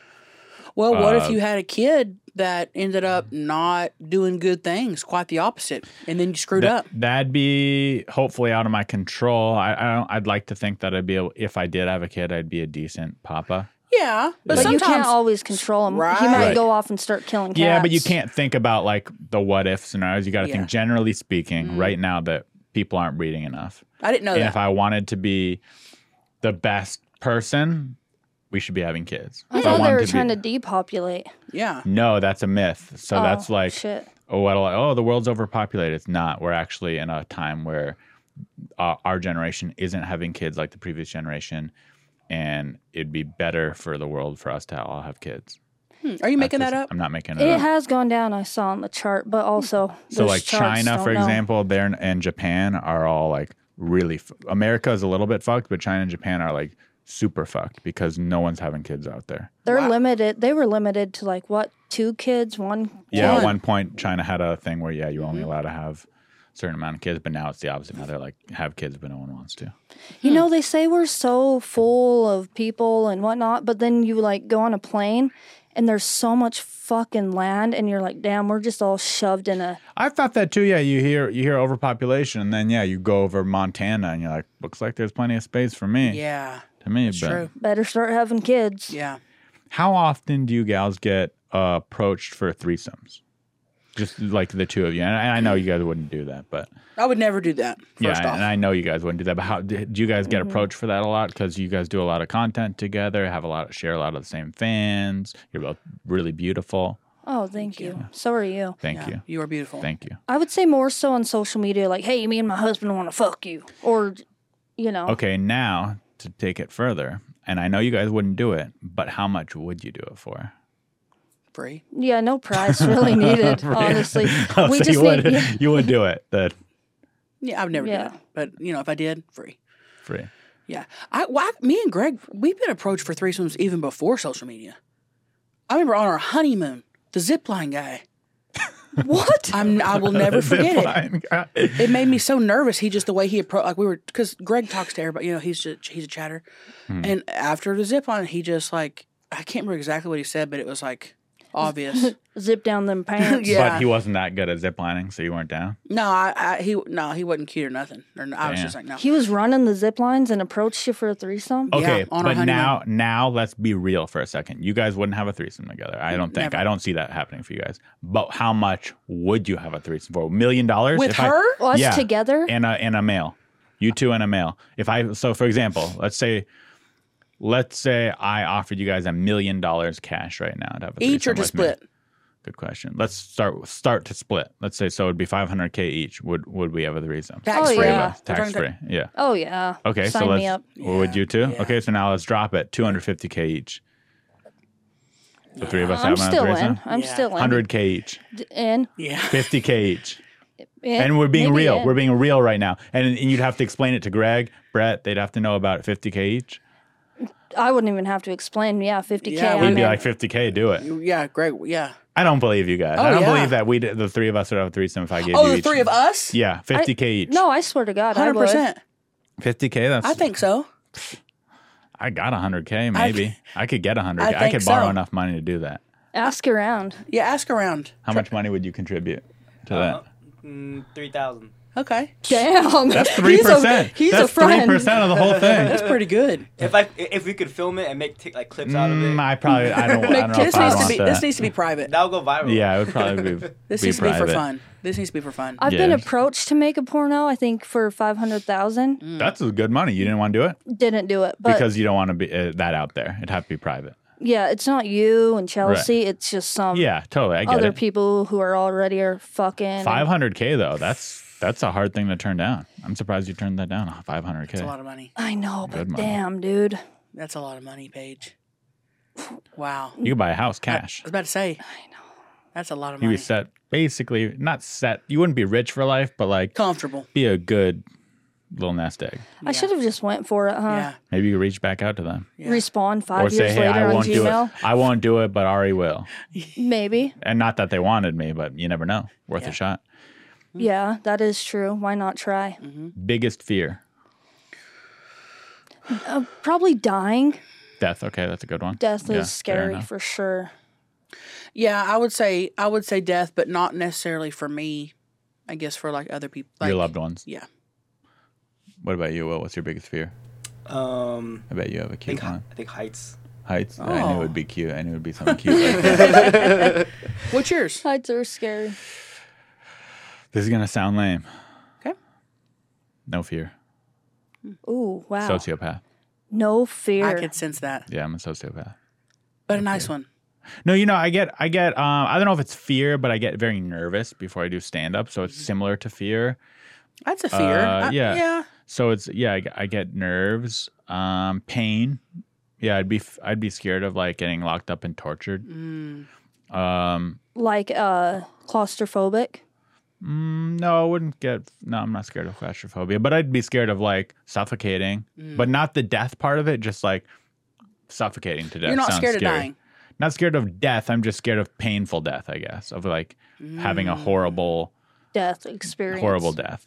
G: Well, what
F: Uh,
G: if you had a kid that ended up not doing good things, quite the opposite, and then you screwed
F: That-
G: up?
F: That'd be hopefully out of my control. I, I don't, I'd like to think that I'd be able, if I did have a kid, I'd be a decent papa.
G: Yeah. But,
H: But, you
G: sometimes.
H: can't always control him. He
G: Right.
H: might go off and start killing cats.
F: Yeah, but you can't think about like the what if scenarios. You got to
G: Yeah. Hmm.
F: think generally speaking right now that people aren't reading enough.
G: I didn't know
F: and
G: that.
F: if I wanted to be the best person, we should be having kids.
H: I
F: If I
H: thought they
F: wanted
H: were
F: be-
H: trying to depopulate.
G: yeah.
F: No, that's a myth. So
H: Oh,
F: that's like
H: shit.
F: oh, what oh, the world's overpopulated. It's not. We're actually in a time where uh, our generation isn't having kids like the previous generation, and it'd be better for the world for us to all have kids.
G: Hmm. Are you making that up?
F: I'm not making it,
H: It
F: up.
H: has gone down. I saw on the chart, but also
F: so,
H: those
F: like
H: charts
F: China,
H: don't
F: for
H: know.
F: example, there and- and Japan are all like really. F- America is a little bit fucked, but China and Japan are like super fucked because no one's having kids out there.
H: they're limited. They were limited to like what two kids, one.
F: Yeah, Mm-hmm.
G: One.
F: at one point China had a thing where yeah, you're only allowed to have a certain amount of kids, but now it's the opposite. Now they're like have kids, but no one wants to.
H: You know, they say we're so full of people and whatnot, but then you like go on a plane and there's so much fucking land, and you're like, damn, we're just all shoved in a.
F: I've thought that too. Yeah, you hear you hear overpopulation, and then yeah, you go over Montana, and you're like, looks like there's plenty of space for me.
G: Yeah.
F: to me,
G: It's
F: but
G: true.
H: Better start having kids.
G: Yeah.
F: how often do you gals get uh, approached for threesomes? Just like the two of you, and I, I know you guys wouldn't do that, but
G: I would never do that. First
F: yeah,
G: off. Mm-hmm.
F: and I know you guys wouldn't do that. But how do do you guys get approached for that a lot? Because you guys do a lot of content together, have a lot, share a lot of the same fans. You're both really beautiful.
H: Oh, thank, you. So are you.
F: Thank
G: Yeah,
F: you,
G: You are beautiful.
F: thank you.
H: I would say more so on social media, like, hey, me and my husband want to fuck you, or you know,
F: Okay, now to take it further, and I know you guys wouldn't do it, but how much would you do it for?
G: Free.
H: yeah, no prize really needed, honestly. we just
F: you, would,
H: need, yeah,
F: you would do it that
G: Yeah, I would never
H: Yeah.
G: do it. But you know, if I did, free.
F: free.
G: Yeah. I why me and Greg, we've been approached for threesomes even before social media. I remember on our honeymoon, the zip line guy.
H: what?
G: I'm I will never forget it.
F: Fine.
G: It made me so nervous. He just the way he approached, like we were, because Greg talks to everybody. You know, he's just he's a chatter.
F: Hmm.
G: And after the zip line, he just like I can't remember exactly what he said, but it was like obvious.
H: Zip down them pants.
G: Yeah.
F: But he wasn't that good at ziplining, so you weren't down.
G: no, I, I he no he wasn't cute or nothing. Or no, I was
F: Damn.
G: just like no.
H: He was running the zip lines and approached you for a threesome.
F: Okay,
G: Yeah, on our
F: but
G: honeymoon.
F: now, now let's be real for a second. You guys wouldn't have a threesome together. I don't think.
G: Never.
F: I don't see that happening for you guys. But how much would you have a threesome for? A million dollars
G: With
F: If I-
G: her?
H: Us
F: Yeah.
H: together.
F: and a and a male. You two and a male. If I so for example, let's say let's say I offered you guys a million dollars cash right now to have a
G: Each or
F: threesome
G: to
F: with me.
G: split?
F: Good question. Let's start start to split. Let's say so it would be 500k each. Would would we ever the reason?
G: Tax
H: Oh,
G: free.
H: yeah.
F: Tax free. Yeah.
H: Oh yeah.
F: Okay,
H: Sign
F: so let's.
H: me up.
F: Well, would you too? Okay, so now let's drop it. Two hundred fifty k each. The three of us
H: I'm
F: have
H: still in.
F: one.
H: I'm
G: Yeah.
H: still in.
F: Hundred k each.
H: D- in.
G: Yeah.
F: Fifty k each.
H: In.
F: And we're being
H: Maybe
F: real.
H: in.
F: We're being real right now. And, and you'd have to explain it to Greg, Brett. They'd have to know about fifty k each.
H: I wouldn't even have to explain. Yeah, 50k.
G: Yeah,
H: I'm
G: we'd
F: We'd be
H: in.
F: like fifty k. Do it.
G: Yeah, great. Yeah.
F: I don't believe you guys.
G: Oh,
F: I don't
G: yeah.
F: believe that we the three of us would have a threesome if I gave
G: Oh,
F: you
G: the
F: each.
G: three of us?
F: Yeah, fifty k each.
H: no, I swear to God, I would.
G: 100%.
F: fifty k. That's
G: I think so.
F: I got hundred k. Maybe I, could get hundred
G: I
F: k. I
G: think
F: could borrow
G: so.
F: enough money to do that.
H: Ask around.
G: Yeah, ask around.
F: How much money would you contribute to that?
I: Mm, Three thousand.
G: Okay.
H: Damn.
F: That's three percent.
H: He's a, he's
F: That's
H: a friend.
F: percent of the whole
G: That's
F: thing.
G: pretty good.
I: If I if we could film it and make take like clips out of
F: Mm,
I: it,
F: I probably I don't, I don't know
G: This
F: if I
G: needs to
F: want
G: be
F: that.
G: this needs to be private.
I: that would go viral.
F: yeah, it would probably be.
G: This
F: be
G: needs to be
F: private.
G: for fun. This needs to be for fun.
H: I've been
F: Yeah.
H: approached to make a porno. I think for five hundred thousand.
F: Mm. That's a good money. You didn't want to do it
H: Didn't do it, but
F: because you don't want to be uh, that out there. It'd have to be private.
H: yeah, it's not you and Chelsea. It's just some
F: Yeah, totally. I get
H: other
F: it.
H: people who are already are fucking.
F: Five hundred k though. That's that's a hard thing to turn down. I'm surprised you turned that down. Oh, Five hundred
G: That's a lot
F: k.
G: of money.
H: I know,
F: Good
H: but
F: money.
H: damn, dude.
G: That's a lot of money, Paige. Wow.
F: You could buy a house cash.
G: I was about to say. I know. That's a lot of
F: You'd
G: money.
F: be set. Basically, not set. You wouldn't be rich for life, but like
G: Comfortable.
F: be a good little nest egg.
H: I should have just went for it, huh?
G: Yeah.
F: Maybe you reach back out to them.
H: Respawn five
F: or say,
H: years
F: "Hey,
H: later
F: I
H: on
F: won't do
H: Gmail.
F: it. I won't do it, but Ari will."
H: Maybe.
F: And not that they wanted me, but you never know. Worth a shot.
G: Mm-hmm.
H: Yeah, that is true. Why not try?
G: Mm.
F: Biggest fear:
H: Probably dying.
F: death. Okay, that's a good one.
H: Death
F: Yeah, fair
H: is scary
F: enough.
H: for sure.
G: Yeah, I would say I would say death, but not necessarily for me. I guess for like other people. Like,
F: Your loved ones.
G: Yeah.
F: What about you, Will? What's your biggest fear?
I: Um,
F: I bet you have a
I: I
F: cute
I: think,
F: one.
G: uh,
I: I think heights.
F: Heights. I knew it
G: Oh.
F: would be cute. I knew it would be something cute. Like that.
G: What's yours?
H: Heights are scary.
F: This is gonna sound lame.
G: Okay.
F: No fear.
H: Ooh, wow.
F: Sociopath.
H: No fear.
G: I could sense that.
F: Yeah, I'm a sociopath.
G: But a nice one.
F: No, you know, I get, I get, um, I don't know if it's fear, but I get very nervous before I do stand up. So it's similar to fear.
G: That's a fear.
F: Uh,
G: I-
F: yeah.
G: yeah.
F: So it's yeah, I, I get nerves, um, pain. Yeah, I'd be I'd be scared of like getting locked up and tortured.
G: Mm,
F: Um,
H: like uh claustrophobic.
F: mm, no, I wouldn't get. No, I'm not scared of claustrophobia, but I'd be scared of like suffocating,
G: Mm.
F: but not the death part of it. Just like suffocating to death.
G: You're not
F: sounds
G: scared of
F: scary.
G: dying.
F: Not scared of death. I'm just scared of painful death. I guess of like having a
G: Mm.
F: horrible,
H: death experience.
F: horrible death.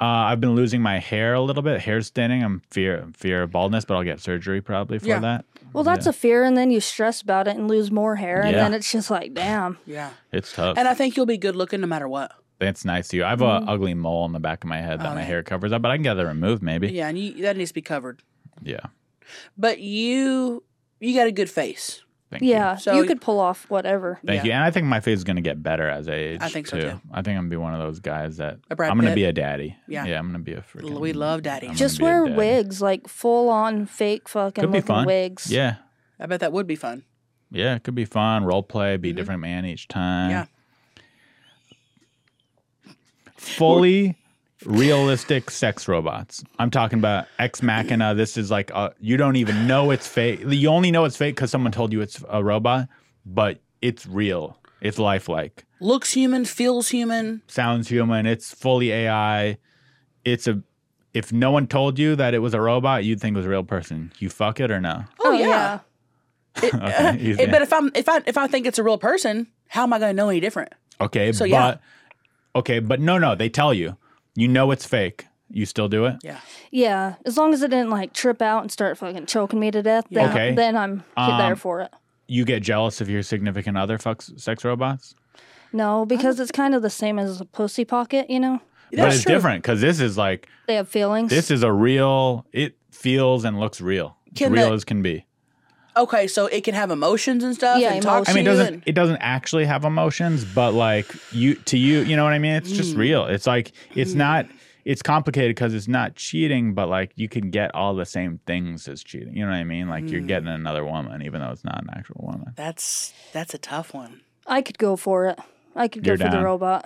F: Uh, I've been losing my hair a little bit. Hair's thinning. I'm fear fear of baldness, but I'll get surgery probably for
G: Yeah.
F: that.
H: Well, that's a fear, and then you stress about it and lose more hair, and
F: Yeah.
H: then it's just like, damn.
G: Yeah.
F: It's tough.
G: And Mm-hmm. I think you'll be good looking no matter what.
F: That's nice to you. I have a ugly mole on the back of my head that
G: Oh,
F: my hair covers up, but I can get that removed maybe. Yeah.
G: Yeah, and you, that needs to be covered. But you you got a good face.
F: Thank
H: Yeah,
F: you.
G: So
H: you
G: y-
H: could pull off whatever.
F: Thank
G: Yeah.
F: you. And I think my face is going to get better as I age.
G: I think so, too.
F: I think I'm going to be one of those guys that
G: A Brad
F: I'm going to
G: Pitt.
F: be a daddy.
G: Yeah.
F: Yeah, I'm going to be a freaking
G: We love daddy.
F: I'm
H: Just
F: gonna
H: wear
F: be a daddy.
H: wigs, like full on fake fucking
F: Could be
H: looking
F: fun.
H: wigs.
F: Yeah.
G: I bet that would be fun.
F: Yeah, it could be fun. Role play, be a different man each time.
G: Mm-hmm. Yeah.
F: Fully realistic sex robots. I'm talking about Ex Machina. This is like uh you don't even know it's fake. You only know it's fake because someone told you it's a robot, but it's real. It's lifelike.
G: Looks human, feels human.
F: Sounds human. It's fully AI. It's a. If no one told you that it was a robot, you'd think it was a real person. You fuck it or no?
G: Oh, yeah.
F: Okay, you
G: Eh,
F: think-
G: but if I'm if I if I think it's a real person, how am I going to know any different?
F: Okay,
G: So,
F: but
G: yeah.
F: okay, but no, no, they tell you. You know it's fake. You still do it.
G: Yeah.
H: yeah. As long as it didn't like trip out and start fucking choking me to death, then,
F: Okay.
H: then I'm there
F: Um,
H: for it.
F: You get jealous of your significant other fucks sex robots,
H: No, because it's kind of the same as a pussy pocket, you know?
F: but
G: That's
F: it's
G: true.
F: different because this is like
H: They have feelings.
F: this is a real. It feels and looks real, It's
G: Can
F: real
G: the-
F: as can be.
G: Okay, so it can have emotions and stuff
H: Yeah,
G: and talk
F: I
G: to
F: mean, it
G: you.
F: doesn't
G: and-
F: it doesn't actually have emotions, but like you to you, you know what I mean? It's
G: Mm.
F: just real. It's like it's not. It's complicated because it's not cheating, but like you can get all the same things as
G: Mm.
F: cheating. You know what I mean? Like you're getting another woman, even though it's not an actual woman.
G: that's that's a tough one.
H: I could go for it. I could go
F: You're
H: for the
F: down.
H: robot.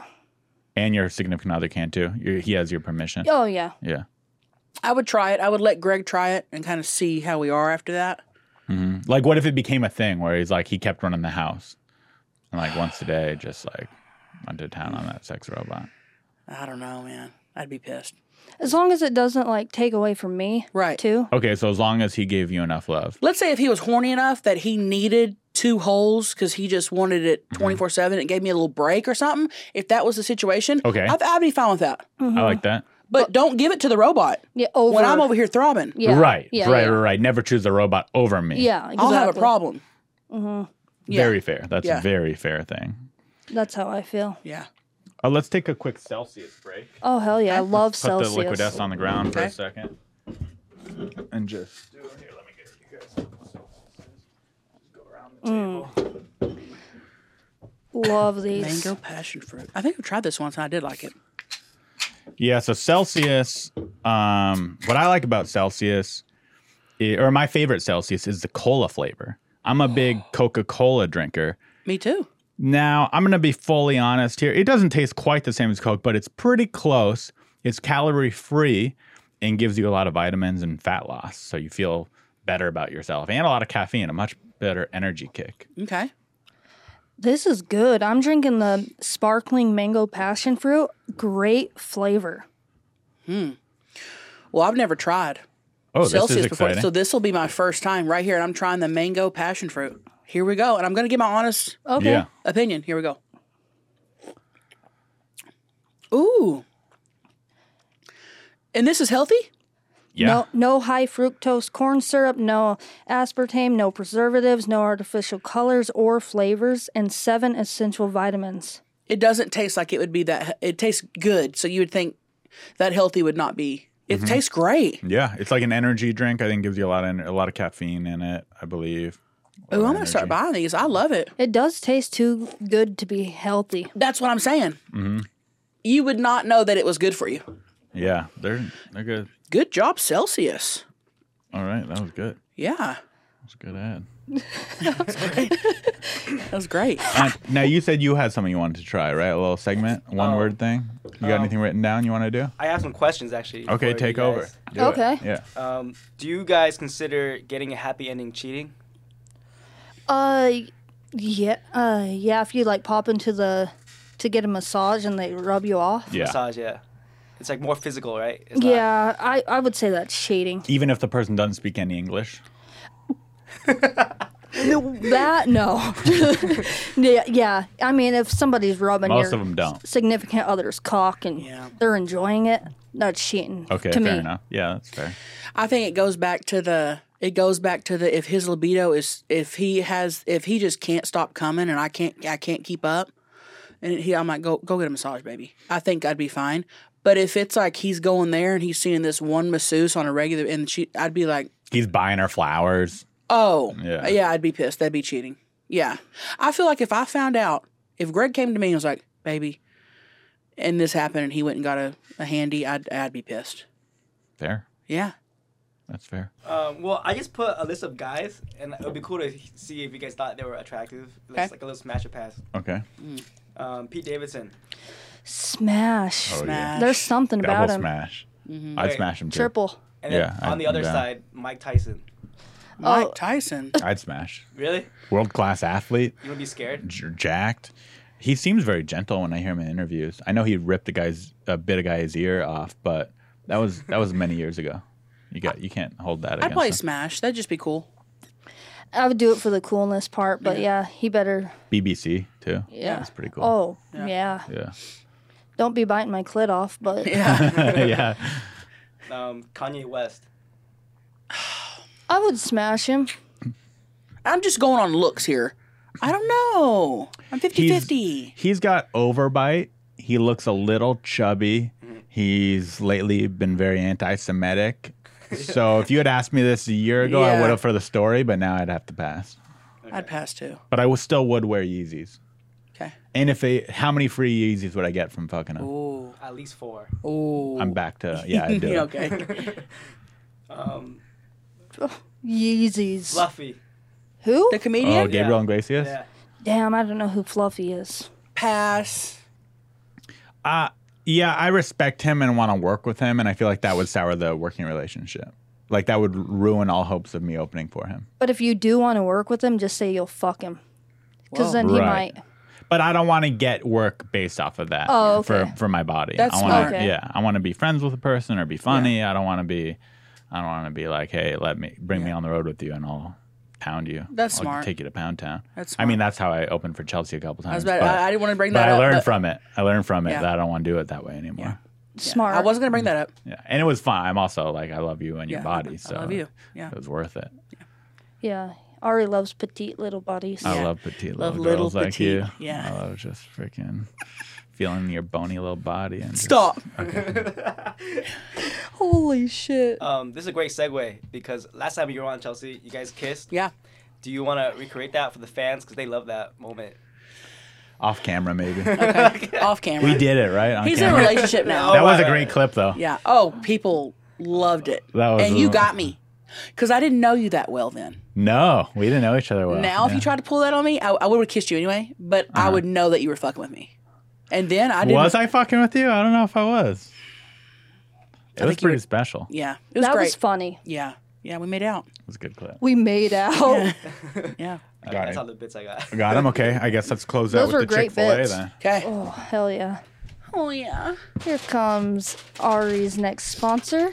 F: and your significant other can too. you he has your permission.
H: Oh yeah.
F: Yeah.
G: I would try it. I would let Greg try it and kind of see how we are after that.
F: Like, what if it became a thing where he's like, he kept running the house, and like once a day, just like went to town on that sex robot.
G: I don't know, man. I'd be pissed.
H: As long as it doesn't like take away from me.
G: Right.
H: Too.
F: Okay, so as long as he gave you enough love,
G: Let's say if he was horny enough that he needed two holes because he just wanted it 24 7 and gave me a little break or something, if that was the situation,
F: Okay.
G: I'd, I'd be fine with that.
H: Mm-hmm.
F: I like that.
G: But don't give it to the robot
H: Yeah. Over.
G: when I'm over here throbbing.
H: Yeah.
F: Right,
H: Yeah,
F: right,
H: yeah.
F: right, right. Never choose a robot over me.
H: Yeah. Exactly.
G: I'll have a problem. yeah.
F: Very fair. That's
G: Yeah.
F: a very fair thing.
H: That's how I feel.
G: Yeah.
F: Uh, let's take a quick Celsius break.
H: Oh hell yeah! I love
F: Put
H: Celsius.
F: the liquid S on the ground for
G: Okay.
F: a second, and just
H: Love these.
G: Mango passion fruit. I think I've tried this once and I did like it.
F: Yeah, so Celsius, um, what I like about Celsius, i- or my favorite Celsius, is the cola flavor. I'm a big Coca Cola drinker.
G: Me too.
F: Now, I'm going to be fully honest here. It doesn't taste quite the same as Coke, but it's pretty close. It's calorie free and gives you a lot of vitamins and fat loss. So you feel better about yourself and a lot of caffeine, a much better energy kick.
G: Okay.
H: This is good. I'm drinking the sparkling mango passion fruit. Great flavor.
G: Well, I've never tried
F: Oh, this is
G: Celsius before,
F: exciting.
G: so this will be my first time right here. And I'm trying the mango passion fruit. Here we go. And I'm going to give my honest
H: Okay.
F: yeah.
G: opinion. Here we go. Ooh. And this is healthy?
F: Yeah.
H: No, no high fructose corn syrup, no aspartame, no preservatives, no artificial colors or flavors, and seven essential vitamins.
G: It doesn't taste like it would be that. It tastes good. So you would think that healthy would not be. It
F: Mm-hmm.
G: tastes great.
F: Yeah, it's like an energy drink. I think gives you a lot of a lot of caffeine in it. I believe.
G: Oh, I'm going to start buying these. I love it.
H: It does taste too good to be healthy.
G: That's what I'm saying.
F: Mm-hmm.
G: You would not know that it was good for you.
F: Yeah, they're they're good.
G: Good job, Celsius.
F: All right, that was good.
G: Yeah,
F: That's a good ad.
G: that was great.
F: Uh, now you said you had something you wanted to try, right? A little segment, one
I: Oh.
F: word thing. You got anything written down you want to do?
I: I have some questions actually.
F: Okay,
I: for
F: take
I: Um, you
F: over.
I: guys.
F: Do it.
H: Okay.
F: Yeah.
I: Um, do you guys consider getting a happy ending cheating?
H: Uh, yeah, uh, yeah. If you like pop into the to get a massage and they rub you off.
F: yeah.
I: Massage, yeah. It's like more physical, right? It's not-
H: Yeah, I, I would say that's cheating.
F: Even if the person doesn't speak any English.
H: That no. yeah, yeah. I mean, if somebody's rubbing
F: Most
H: your
F: of 'em don't.
H: significant other's cock and
G: Yeah.
H: they're enjoying it, that's cheating.
F: Okay,
H: to
F: fair
H: me.
F: enough. Yeah, that's fair.
G: I think it goes back to the. It goes back to the if his libido is if he has if he just can't stop coming and I can't I can't keep up, and he I might go go get a massage, baby. I think I'd be fine. But if it's like he's going there and he's seeing this one masseuse on a regular and she, I'd be like,
F: He's buying her flowers.
G: Oh,
F: Yeah.
G: yeah. I'd be pissed. That'd be cheating. Yeah. I feel like if I found out, if Greg came to me and was like, baby, and this happened and he went and got a, a handy, I'd, I'd be pissed.
F: Fair.
G: Yeah.
F: That's fair.
I: Um, well, I just put a list of guys, and it would be cool to see if you guys thought they were attractive. It's
G: Okay.
I: like a little smash or pass.
F: Okay.
I: Um, Pete Davidson.
H: Smash.
F: Oh,
G: Smash.
H: There's something about
F: Double
H: him.
F: smash. I'd
I: Wait.
F: smash him too.
H: Triple.
I: And then
F: Yeah, I-
I: on the other
F: yeah.
I: side, Mike Tyson.
G: Mike
H: Oh.
G: Tyson.
F: I'd smash.
I: Really?
F: World class athlete.
I: You would be scared?
F: j- jacked. He seems very gentle when I hear him in interviews. I know he ripped a guy's a bit of guy's ear off, but that was that was many years ago. You got you can't hold that
G: I'd
F: against
G: play
F: him.
G: Smash. That'd just be cool.
H: I would do it for the coolness part, but yeah, he better.
F: BBC too.
H: Yeah.
F: that's pretty cool.
H: Oh, yeah.
F: Yeah,
H: Don't be biting my clit off, but
F: yeah.
I: Um, Kanye West.
H: I would smash him.
G: I'm just going on looks here. I don't know. I'm 50
F: He's-
G: 50.
F: He's got overbite. He looks a little chubby. He's lately been very anti-Semitic. So if you had asked me this a year ago, I
G: Yeah.
F: would have for the story, but now I'd have to pass.
G: I'd pass too.
F: But I w- still would wear Yeezys.
G: Okay.
F: And if they, how many free Yeezys would I get from fucking him?
G: Ooh.
I: At least four.
G: Ooh.
F: I'm back to yeah, I do.
G: okay.
H: Yeezys.
I: Fluffy.
H: Who?
G: The
F: Oh,
G: comedian?
F: Gabriel Iglesias.
I: Yeah.
H: Damn, I don't know who Fluffy is.
F: Oh.
G: Pass.
F: Yeah, I respect him and want to work with him, and I feel like that would sour the working relationship. Like that would ruin all hopes of me opening for him.
H: But if you do want to work with him, just say you'll fuck him. Because then he
F: Right.
H: might.
F: But I don't want to get work based off of that
H: Oh, okay.
F: for for my body.
G: That's
F: I wanna,
H: smart. Okay.
F: Yeah, I want to be friends with a person or be funny. I don't want to be. I don't want to be like, hey, let me bring me on the road with you, and I'll pound you.
G: That's
F: I'll
G: smart.
F: Take you to Pound Town.
G: That's
F: I mean, that's how I opened for Chelsea a couple times.
G: I was about,
F: but,
G: I, I didn't want to bring
F: but
G: that
F: I
G: up.
F: learned
G: but-
F: from it. I learned from it
G: Yeah.
F: that I don't want to do it that way anymore.
H: Smart.
G: I wasn't gonna bring that up.
F: Yeah. and it was fun. I'm also like, I love you and your
G: Yeah,
F: body.
G: I
F: So
G: love you. Yeah.
F: it was worth it.
H: Yeah. Ari loves petite little bodies.
F: I
G: Yeah.
F: love petite
G: Love
F: little
G: little
F: girls like
G: petite,
F: you.
G: yeah.
F: I love just freaking feeling your bony little body and just-
G: Stop.
H: Holy shit.
I: Um, this is a great segue because last time you were on Chelsea, you guys kissed.
G: Yeah.
I: Do you want to recreate that for the fans because they love that moment?
F: off camera maybe.
G: Okay. Off camera.
F: we did it right. On
G: He's in a
F: camera.
G: relationship now.
F: That was a
I: Oh,
F: great clip though.
G: Yeah. Oh, people loved it.
F: That was
G: and
F: the-
G: you got me. Because I didn't know you that well then.
F: No, we didn't know each other well.
G: now, if
F: Yeah. Uh-huh.
G: you tried to pull that on me, I, I would have kissed you anyway, but I would know that you were fucking with me. And then I didn't.
F: was I fucking with you? I don't know if I was. It was
G: think you
F: pretty
G: were-
F: special. It
G: Yeah. It was
H: that
G: great.
H: was funny.
G: Yeah. Yeah. We made out.
F: was a good clip.
H: We made out.
G: Yeah.
F: Got
I: That's all
F: him.
I: the bits I got.
F: Got him. Okay, I guess let's close out
H: Those were
F: with the
H: great
F: Chick Fil A
H: bits.
F: then.
G: Okay.
H: oh, hell yeah.
G: Oh, yeah.
H: Here comes Ari's next sponsor.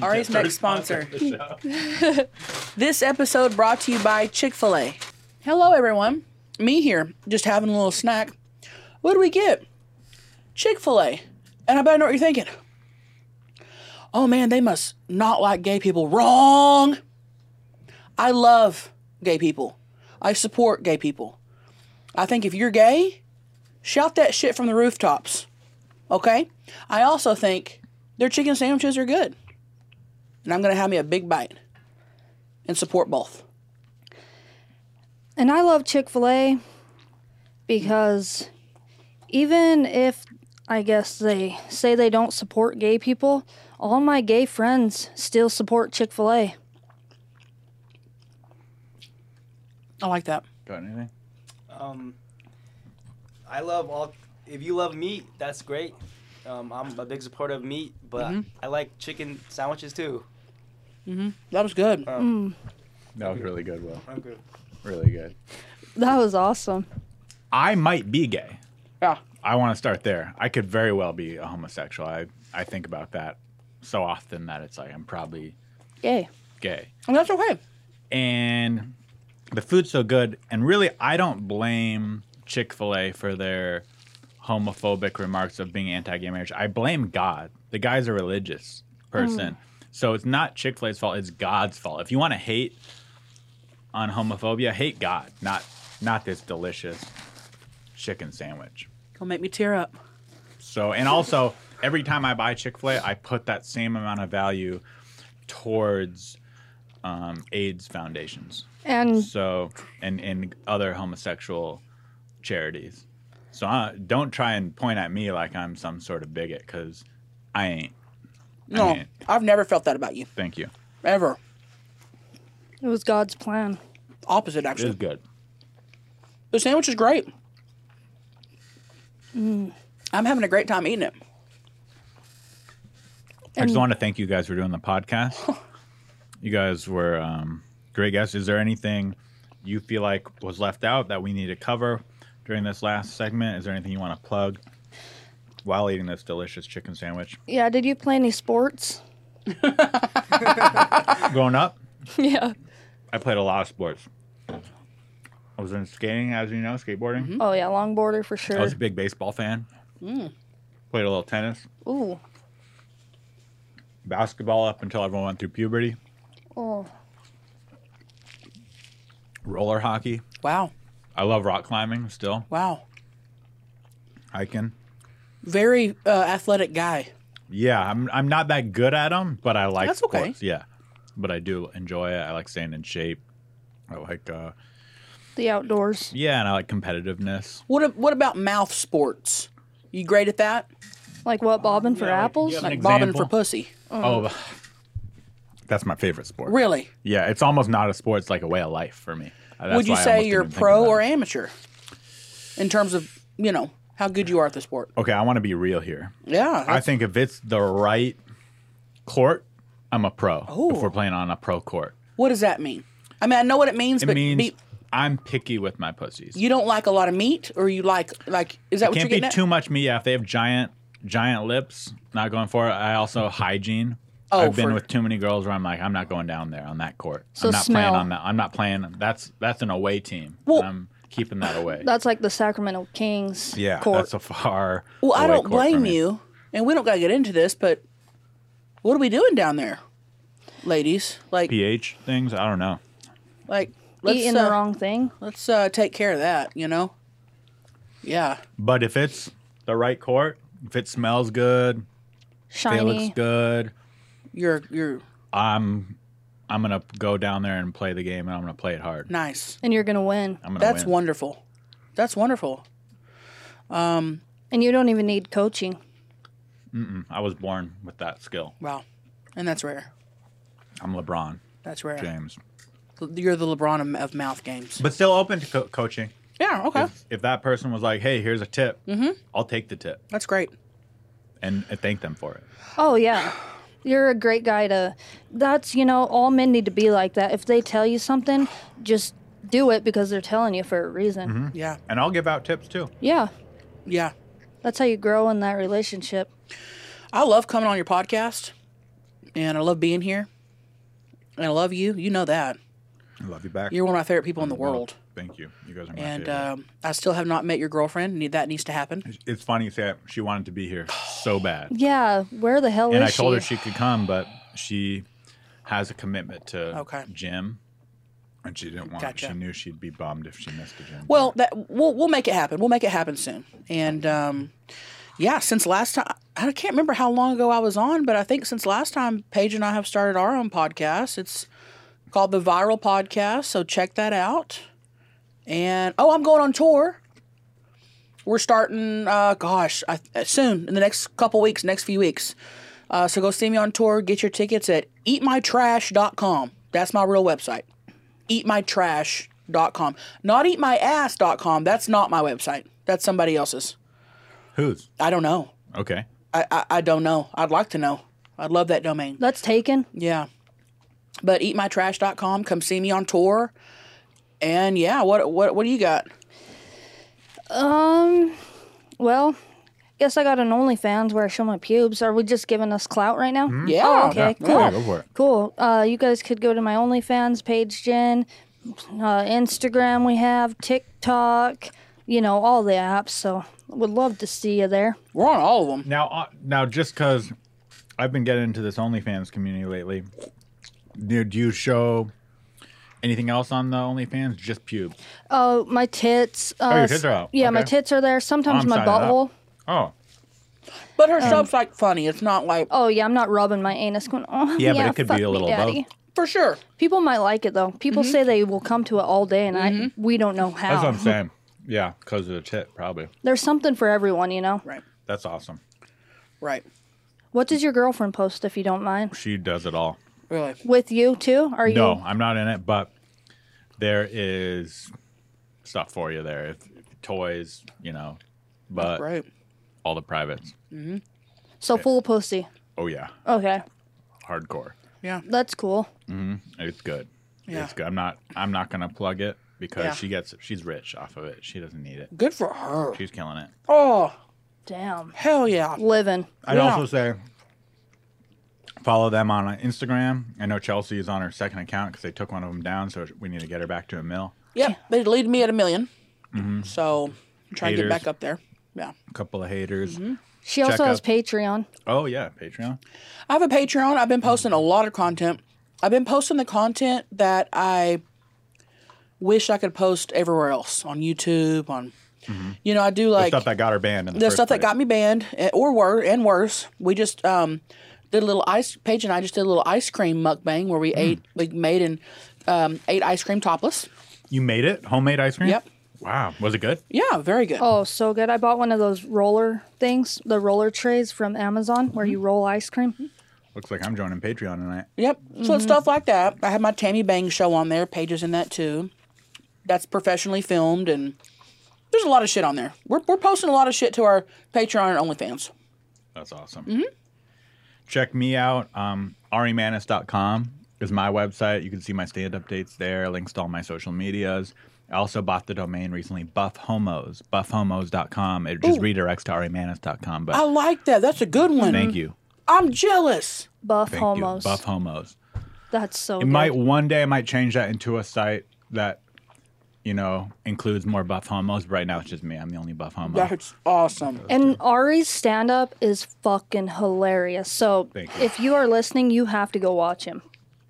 G: Ari's next sponsor. this episode brought to you by Chick fil A. Hello, everyone. Me here, just having a little snack. What do we get? Chick fil A. And I bet I know what you're thinking. Oh man, they must not like gay people. Wrong. I love gay people. I support gay people. I think if you're gay, shout that shit from the rooftops. Okay? I also think their chicken sandwiches are good and I'm gonna have me a big bite and support both.
H: And I love Chick fil A because even if I guess they say they don't support gay people, all my gay friends still support Chick fil A.
G: I like that.
F: Got anything?
I: Um, I love all. If you love meat, that's great. Um, I'm a big supporter of meat, but I like chicken sandwiches too.
G: That was good.
F: Oh. That was really good, Will.
I: I'm good.
F: Really good.
H: That was awesome.
F: I might be gay.
G: yeah.
F: I want to start there. I could very well be a homosexual. I, I think about that so often that it's like I'm probably
H: Yay.
F: gay.
G: And that's okay.
F: And the food's so good. And really, I don't blame Chick fil A for their homophobic remarks of being anti gay marriage. I blame God. The guy's a religious person. So it's not Chick fil A's fault, it's God's fault. If you want to hate on homophobia, hate God, not not this delicious chicken sandwich.
G: Gonna make me tear up.
F: So, and also every time I buy Chick Fil A, I put that same amount of value towards um, AIDS foundations.
H: And
F: So, and and other homosexual charities. So uh, don't try and point at me like I'm some sort of bigot because I ain't.
G: No,
F: mean-
G: I've never felt that about you
F: Thank you.
G: ever.
H: it was God's plan.
G: Opposite,
F: It
G: actually.
F: is good.
G: The sandwich is great. Mm. I'm having a great time eating it.
F: I just want to thank you guys for doing the podcast. you guys were um, great guests. Is there anything you feel like was left out that we need to cover during this last segment? Is there anything you want to plug while eating this delicious chicken sandwich?
H: Yeah, did you play any sports?
F: Growing up,
H: yeah.
F: I played a lot of sports. I was in skating, as you know, skateboarding.
H: Oh yeah, longboarder for
F: I
H: sure.
F: was a big baseball fan. Played a little tennis,
H: Ooh.
F: basketball up until everyone went through puberty.
H: Oh.
F: Roller hockey.
G: Wow.
F: I love rock climbing still.
G: Wow.
F: Hiking.
G: Very uh, athletic guy.
F: Yeah, I'm I'm not that good at them, but I like
G: That's okay.
F: sports. Yeah, but I do enjoy it. I like staying in shape. I like uh
H: The outdoors.
F: yeah, and I like competitiveness.
G: What a- What about mouth sports? You great at that?
H: Like what, bobbing for
F: like,
H: apples?
F: yeah,
H: Like,
F: An
G: Bobbing
F: example.
G: for pussy.
F: Oh, that's my favorite sport.
G: Really?
F: Yeah, it's almost not a sport. It's like a way of life for me. Uh, that's
G: Would you
F: why I
G: say
F: almost
G: you're
F: didn't even think
G: pro
F: about
G: or
F: it.
G: amateur? in terms of you know how good you are at the sport.
F: Okay, I want to be real here.
G: Yeah,
F: I think if it's the right court, I'm a pro. If
G: Ooh.
F: we're playing on a pro court,
G: What does that mean? I mean, I know what it means,
F: it
G: but
F: means
G: be-
F: I'm picky with my pussies.
G: you don't like a lot of meat, or you like like is that what you're
F: Can't be
G: getting at?
F: too much meat. Yeah, if they have giant, giant lips, not going for it. I also hygiene.
G: Oh,
F: I've been
G: for-
F: with too many girls where I'm like, I'm not going down there on that court.
H: So
F: I'm not
H: smell.
F: playing on that. I'm not playing. That's that's an away team.
G: Well-
F: and I'm keeping that away.
H: That's like the Sacramento Kings
F: yeah,
H: court.
F: that's a far.
G: well, I
F: away
G: don't
F: court for
G: blame
F: me.
G: you, and we don't gotta get into this, but what are we doing down there, ladies? Like
F: pH things. I don't know.
G: like let's
H: Eating
G: uh,
H: the wrong thing.
G: let's uh, take care of that. You know. Yeah.
F: But if it's the right court, if it smells good, if it looks
H: Shiny.
F: good,
G: You're you're
F: I'm I'm gonna go down there and play the game, and I'm gonna play it hard.
G: nice.
H: And you're gonna win.
F: I'm gonna
G: That's
F: win.
G: wonderful. That's wonderful.
H: And you don't even need coaching.
F: I was born with that skill.
G: Wow. And that's rare.
F: I'm LeBron
G: That's rare.
F: James,
G: You're the LeBron of- of mouth games.
F: but still open to co- coaching.
G: Yeah. Mm-hmm. Okay.
F: If, if that person was like, "Hey, here's a tip," I'll take the tip
G: That's great.
F: and, and thank them for it.
H: Oh yeah. You're a great guy to that's you know, all men need to be like that. If they tell you something, just do it because they're telling you for a reason.
F: Mm-hmm.
G: Yeah.
F: And I'll give out tips too.
H: Yeah.
G: Yeah.
H: That's how you grow in that relationship.
G: I love coming on your podcast, and I love being here, and I love you. You know that
F: I love you back.
G: you're one of my favorite people in the world,
F: Thank you. You guys are my
G: and uh,
F: favorite.
G: um, I still have not met your girlfriend. Need that needs to happen.
F: it's funny you say that. she wanted to be here so bad.
H: Yeah. Where the hell
F: and
H: is
F: I told
H: she?
F: her she could come, but she has a commitment to
G: Okay.
F: gym, and she didn't want.
G: Gotcha.
F: She knew she'd be bummed if she missed a gym.
G: Well, that we'll we'll make it happen. We'll make it happen soon. And um, yeah, since last time, I can't remember how long ago I was on, but I think since last time, Paige and I have started our own podcast. It's called the Viral Podcast, so check that out. And oh, I'm going on tour. We're starting, uh, gosh, I, uh, soon in the next couple weeks, next few weeks. Uh, so go see me on tour. Get your tickets at eatmytrash.com. That's my real website eatmytrash.com. Not eatmyass.com. That's not my website. That's somebody else's.
F: who's
G: I don't know.
F: okay?
G: I, I, I don't know. I'd like to know. I'd love that domain.
H: That's taken.
G: Yeah. But eatmytrash.com. Come see me on tour. And yeah, what what what do you got?
H: Um well, guess I got an OnlyFans where I show my pubes. Are we just giving us clout right now?
G: Yeah.
H: Oh, okay, cool.
F: Hmm? Yeah, go for it.
H: Cool. Uh, you guys could go to my OnlyFans page, Jen. Uh, Instagram we have, TikTok, you know, all the apps. So would love to see you there.
G: We're on all of them.
F: Now, uh, now, just because I've been getting into this OnlyFans community lately, do, do you show anything else on the OnlyFans? Just pubes.
H: Oh, my tits. Uh,
F: Oh, your tits are out.
H: Yeah, my
F: Okay.
H: tits are there. Sometimes
F: I'm
H: my
F: signing up.
H: butthole.
F: Oh,
G: But her stuff's like funny. It's not like
H: Oh yeah, I'm not rubbing my anus. Going, oh
F: Yeah, but it could be
H: fuck
F: a
H: me,
F: little of
H: daddy."
G: for sure.
H: People might like it though. People say they will come to it all day, and I we don't know how.
F: that's what I'm saying. Yeah, because of the tit, probably.
H: There's something for everyone, you know.
G: Right.
F: That's awesome.
G: Right.
H: What does your girlfriend post if you don't mind?
F: She does it all.
G: Really.
H: With you too? Are you?
F: No, I'm not in it, but there is stuff for you there. If, toys, you know, but
G: Right.
F: all the privates.
H: So full pussy.
F: Oh yeah,
H: Okay,
F: hardcore.
G: Yeah.
H: that's cool.
F: It's good.
G: Yeah.
F: It's good. I'm not. I'm not gonna plug it because
G: Yeah.
F: she gets. She's rich off of it. She doesn't need it.
G: Good for her.
F: She's killing it.
G: Oh,
H: Damn.
G: hell yeah.
H: Living.
F: I'd
G: Yeah.
F: also say follow them on Instagram. I know Chelsea is on her second account because they took one of them down, so we need to get her back to a mill.
G: Yep. They lead me at a 1000000 So try to get
F: Haters.
G: back up there. Yeah.
F: A couple of haters.
G: Mm-hmm.
H: She also
F: Check
H: has
F: out-
H: Patreon.
F: Oh yeah, Patreon.
G: I have a Patreon. I've been posting a
F: Mm-hmm.
G: lot of content. I've been posting the content that I wish I could post everywhere else on YouTube. On you know, I do
F: Mm-hmm. The
G: like
F: stuff that got her banned. In the,
G: the
F: first
G: stuff that
F: place.
G: got me banned eh, or wor and worse. We just um, did a little ice. Paige and I just did a little ice cream mukbang where
F: Mm.
G: we ate, we made and um, ate ice cream topless.
F: You made it homemade ice cream.
G: Yep.
F: Wow, was it good?
G: Yeah, very good.
H: Oh, so good. I bought one of those roller things, the roller trays from Amazon where you roll ice cream.
F: Looks like I'm joining Patreon tonight.
G: Yep. So it's stuff like that. I have my Tammy Bang show on there. Pages in that too. That's professionally filmed and There's a lot of shit on there. We're, we're posting a lot of shit to our Patreon and OnlyFans.
F: That's awesome.
G: Mm-hmm.
F: Check me out. Um, arimanis.com is my website. You can see my stand updates there, links to all my social medias. I also bought the domain recently, Buff Homos, buffhomos.com. It just redirects to arimanis.com. But
G: I like that. That's a good one.
F: thank you.
G: I'm jealous.
H: Buff
F: Thank
H: homos.
F: you. Buff Homos.
H: That's so.
F: It might one day I might change that into a site that, you know, includes more buff homos. But right now it's just me. I'm the only buff homo.
G: That's awesome.
H: And Ari's stand up is fucking hilarious. So
F: Thank you.
H: if you are listening, you have to go watch him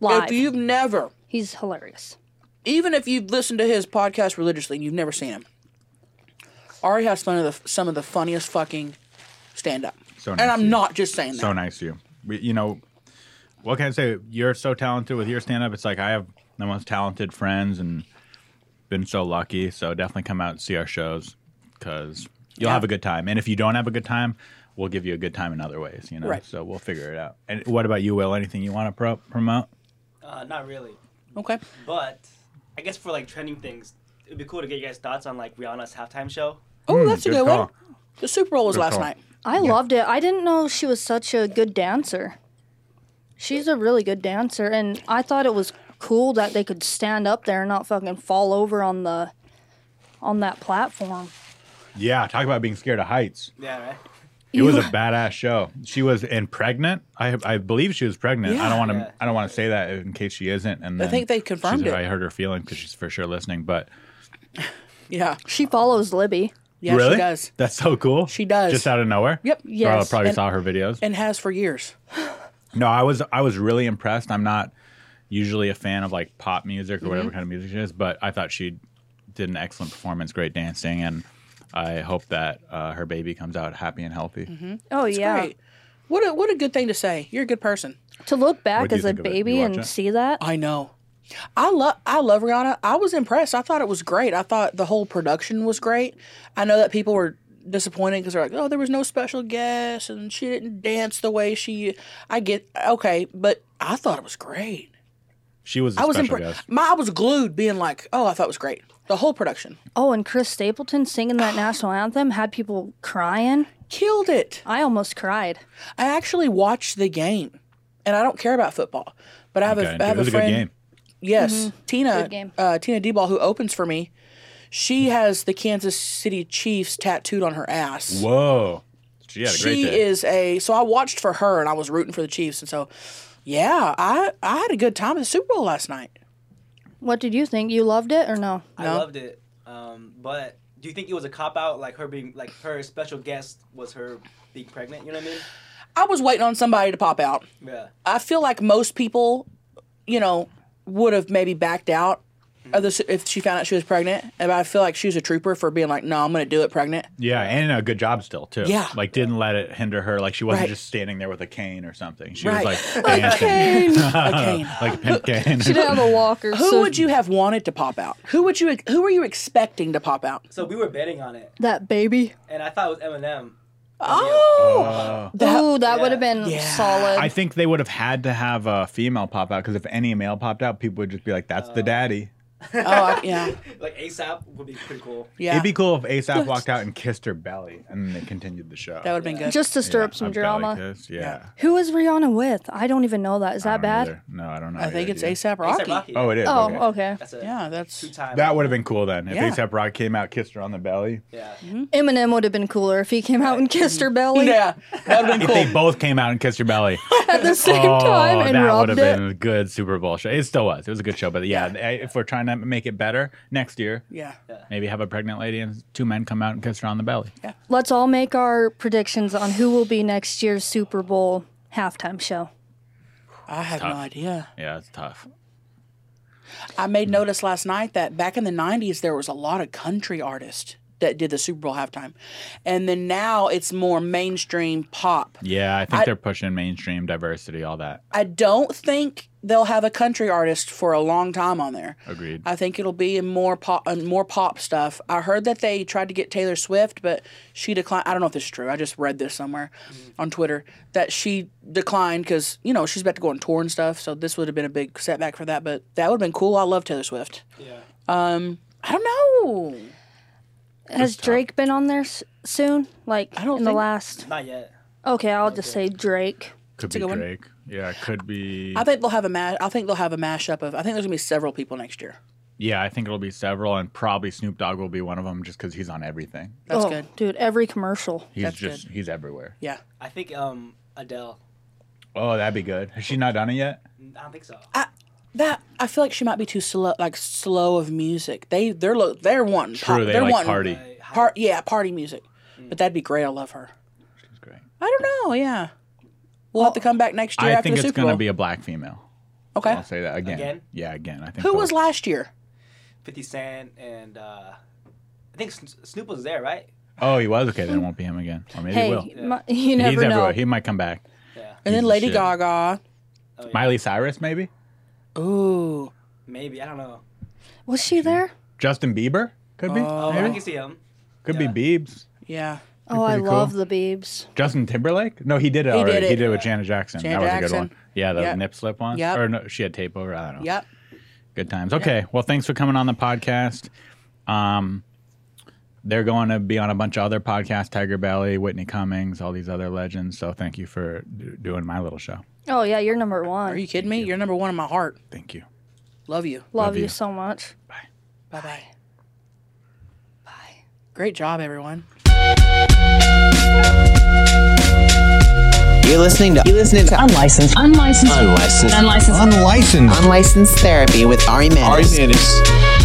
H: live.
G: If you've never,
H: He's hilarious.
G: even if you've listened to his podcast religiously and you've never seen him, Ari has fun of the, some of the funniest fucking stand up.
F: So nice
G: and
F: of you.
G: I'm not just saying that.
F: so nice of you. We, you know, what can I say? You're so talented with your stand up. It's like I have the most talented friends and been so lucky. So definitely come out and see our shows because you'll
G: Yeah.
F: have a good time. And if you don't have a good time, we'll give you a good time in other ways, you know?
G: Right.
F: So we'll figure it out. And what about you, Will? Anything you want to pro- promote?
I: Uh, not really.
G: Okay.
I: But I guess for like trending things, it'd be cool to get you guys' thoughts on like Rihanna's halftime show.
G: Oh, that's a
F: Mm, good
G: good one.
F: call.
G: The Super Bowl was
F: Good
G: last
F: call.
G: night.
H: I loved it. I didn't know she was such a good dancer. She's a really good dancer, and I thought it was cool that they could stand up there and not fucking fall over on the on that platform.
F: Yeah, talk about being scared of heights.
I: Yeah, right.
F: It was a badass show. She was and pregnant. I I believe she was pregnant. I
G: Yeah.
F: don't want to.
I: Yeah.
F: I don't want to say that in case she isn't. And
G: I
F: then
G: think they
F: she's-
G: confirmed it.
F: I hurt her feeling because she's for sure listening. But
G: Yeah.
H: She follows Libby.
G: Yeah,
F: really,
G: she does.
F: that's so cool.
G: She does.
F: Just out of nowhere.
G: Yep.
F: Girl, I
H: Yes.
F: probably
G: And-
F: saw her videos.
G: And has for years.
F: no, I was I was really impressed. I'm not usually a fan of like pop music or
G: Mm-hmm.
F: whatever kind of music it is, but I thought she did an excellent performance, great dancing, and I hope that uh, her baby comes out happy and healthy.
G: Mm-hmm.
H: Oh yeah.
G: Right. What a, what a good thing to say. You're a good person.
H: To look
F: What
H: back
F: do you
H: as a
F: think of it? You
H: baby
F: watch
H: and
F: it?
H: see that.
G: I know. I love I love Rihanna. I was impressed. I thought it was great. I thought the whole production was great. I know that people were disappointed because they're like, "Oh, there was no special guest, and she didn't dance the way she." I get okay, but I thought it was great.
F: She was. a
G: I was
F: special
G: impressed.
F: guest.
G: My I was glued, being like, "Oh, I thought it was great." The whole production
H: Oh, and Chris Stapleton singing that national anthem had people crying.
G: killed it.
H: I almost cried.
G: I actually watched the game, and I don't care about football, but I have
F: Okay,
G: a I
F: it
G: have
F: was a
G: a
F: good
G: friend.
F: game.
G: Yes,
H: Mm-hmm. Good
G: Tina
H: game.
G: uh, Tina Deball, who opens for me, she has the Kansas City Chiefs tattooed on her ass.
F: Whoa. She had a great
G: She
F: day.
G: is a so I watched for her and I was rooting for the Chiefs and so yeah I I had a good time at the Super Bowl last night.
H: What did you think? You loved it or no?
I: I loved it. Um, but do you think it was a cop out? Like her being like her special guest was her being pregnant. You know what I mean?
G: I was waiting on somebody to pop out.
I: Yeah.
G: I feel like most people, you know, would have maybe backed out of this if she found out she was pregnant. And I feel like she was a trooper for being like, no, I'm gonna do it pregnant.
F: Yeah, and a good job still too.
G: Yeah.
F: like didn't let it hinder her. Like she wasn't
G: Right.
F: just standing there with a cane or something. She
G: Right.
F: was like dancing,
G: Okay.
F: like pimp cane.
H: She didn't have a walker.
G: Who would you have wanted to pop out? Who would you? Who were you expecting to pop out?
I: So we were betting on it,
H: That baby.
I: and I thought it was Eminem.
G: Oh, That-
H: Ooh, that would have been
G: Yeah.
H: solid.
F: I think they would have had to have a female pop out because if any male popped out, people would just be like, "That's the daddy."
G: oh, I, yeah,
I: Like ASAP would be pretty cool.
G: yeah.
F: It'd be cool if ASAP walked out and kissed her belly, and then they continued the show.
G: that would have been good.
H: Just to stir up
F: Yeah,
H: some
F: a belly
H: drama.
F: kiss, Yeah,
H: Who is Rihanna with? I don't even know that. Is
F: I
H: that
F: don't
H: bad?
F: either. No, I don't know.
G: I think
F: either,
G: it's
F: do you?
G: ASAP
I: ASAP
G: Rocky.
I: Rocky.
F: Oh, it is.
H: Oh,
F: okay.
H: okay.
I: That's a
G: Yeah, that's
I: two time.
F: That would have been cool then if
G: Yeah.
F: ASAP Rock came out, kissed her on the belly.
I: Yeah.
H: Mm-hmm. Eminem would have been cooler if he came out and kissed her belly
G: yeah, that would have been
F: If they
G: cool.
F: both came out and kissed your belly.
H: at the same time and
F: Oh, that
H: robbed
F: would
H: it.
F: have been a good Super Bowl show. It still was. It was a good show, but yeah, I- if we're trying to make it better next year,
G: Yeah,
F: maybe have a pregnant lady and two men come out and kiss her on the belly.
H: Let's all make our predictions on who will be next year's Super Bowl halftime show.
G: I have no idea.
F: Yeah, it's tough.
G: I made notice last night that back in the '90s there was a lot of country artists that did the Super Bowl halftime, and then now it's more mainstream pop.
F: Yeah, I think they're pushing mainstream diversity, all that.
G: I don't think they'll have a country artist for a long time on there.
F: Agreed.
G: I think it'll be in more pop, in more pop stuff. I heard that they tried to get Taylor Swift, but she declined. I don't know if this is true. I just read this somewhere on Twitter that she declined because you know she's about to go on tour and stuff. So this would have been a big setback for that. But that would have been cool. Um, I love Taylor Swift.
I: Yeah.
G: I don't know.
H: Has
F: tough.
H: Drake been on there s- soon? Like
G: I don't
H: in the
G: think-
H: last.
I: Not yet.
H: Okay, I'll just say Drake.
F: Could
G: a
F: be
G: good one. Uh,
F: Drake. Yeah, could be.
G: I think they'll have a ma- I think they'll have a mashup of. I think there's gonna be several people next year.
F: yeah, I think it'll be several, and probably Snoop Dogg will be one of them just because he's on everything.
G: That's
H: Oh,
G: good.
H: dude. Every commercial.
F: He's
G: That's
F: just he's everywhere.
G: Yeah.
I: I think um Adele. Mm,
F: Oh, that'd be good. Has she not done it yet?
I: I don't think so.
G: That I feel like she might be too slow, like slow of music. They they're lo- they're wanting
F: True,
G: pop-
F: they
G: are
F: like
G: wanting
F: party.
G: par- yeah, party music. But that'd be great. I love her.
F: She's great.
G: I don't know. Yeah, we'll have to come back next year
F: I
G: after
F: think
G: the
F: it's
G: Super
F: going to
G: Bowl.
F: be a black female.
G: okay.
F: I'll say that again.
I: Again?
F: Yeah, again. I think
G: Who
F: they'll-
G: was last year?
I: 50 Cent and uh I think Sn- Snoop was there, right?
F: Oh, he was okay. Then it won't be him again, or maybe
H: Hey,
F: he will.
H: my- you never
F: he's
H: know.
F: everywhere. He might come back.
I: Yeah. Oh,
G: And
F: He's
G: then
F: the
G: Lady
F: shit.
G: Gaga.
F: Miley Cyrus, maybe.
G: Ooh,
I: Maybe I don't know.
H: Was she there?
F: Justin Bieber could be.
I: Oh, I
F: maybe.
I: can see him.
F: Could
I: yeah.
F: be Biebs.
G: yeah.
H: Oh, I
F: pretty
H: love
F: cool.
H: the Biebs.
F: Justin Timberlake? No, he did it
G: He
F: already.
G: did
F: He
G: it.
F: did it with Janet Jackson.
G: Janet
F: that was a
G: Jackson.
F: good one. Yeah, the
G: Yep.
F: nip slip one.
G: Yep.
F: Or no, she had tape over. I don't know.
G: Yep.
F: Good times. Okay. Well, thanks for coming on the podcast. Um, they're going to be on a bunch of other podcasts, Tiger Belly, Whitney Cummings, all these other legends. So thank you for do- doing my little show.
H: Oh yeah, you're number one.
G: Are you kidding me? You're number one in my heart.
F: Thank you.
G: Love you.
H: love,
F: love
H: you
F: you.
H: so much.
G: Bye bye. Great job, everyone.
C: You're listening to you listening to
D: Unlicensed. Unlicensed. Unlicensed. Unlicensed.
C: unlicensed therapy with Ari Manis.
E: Ari Manis.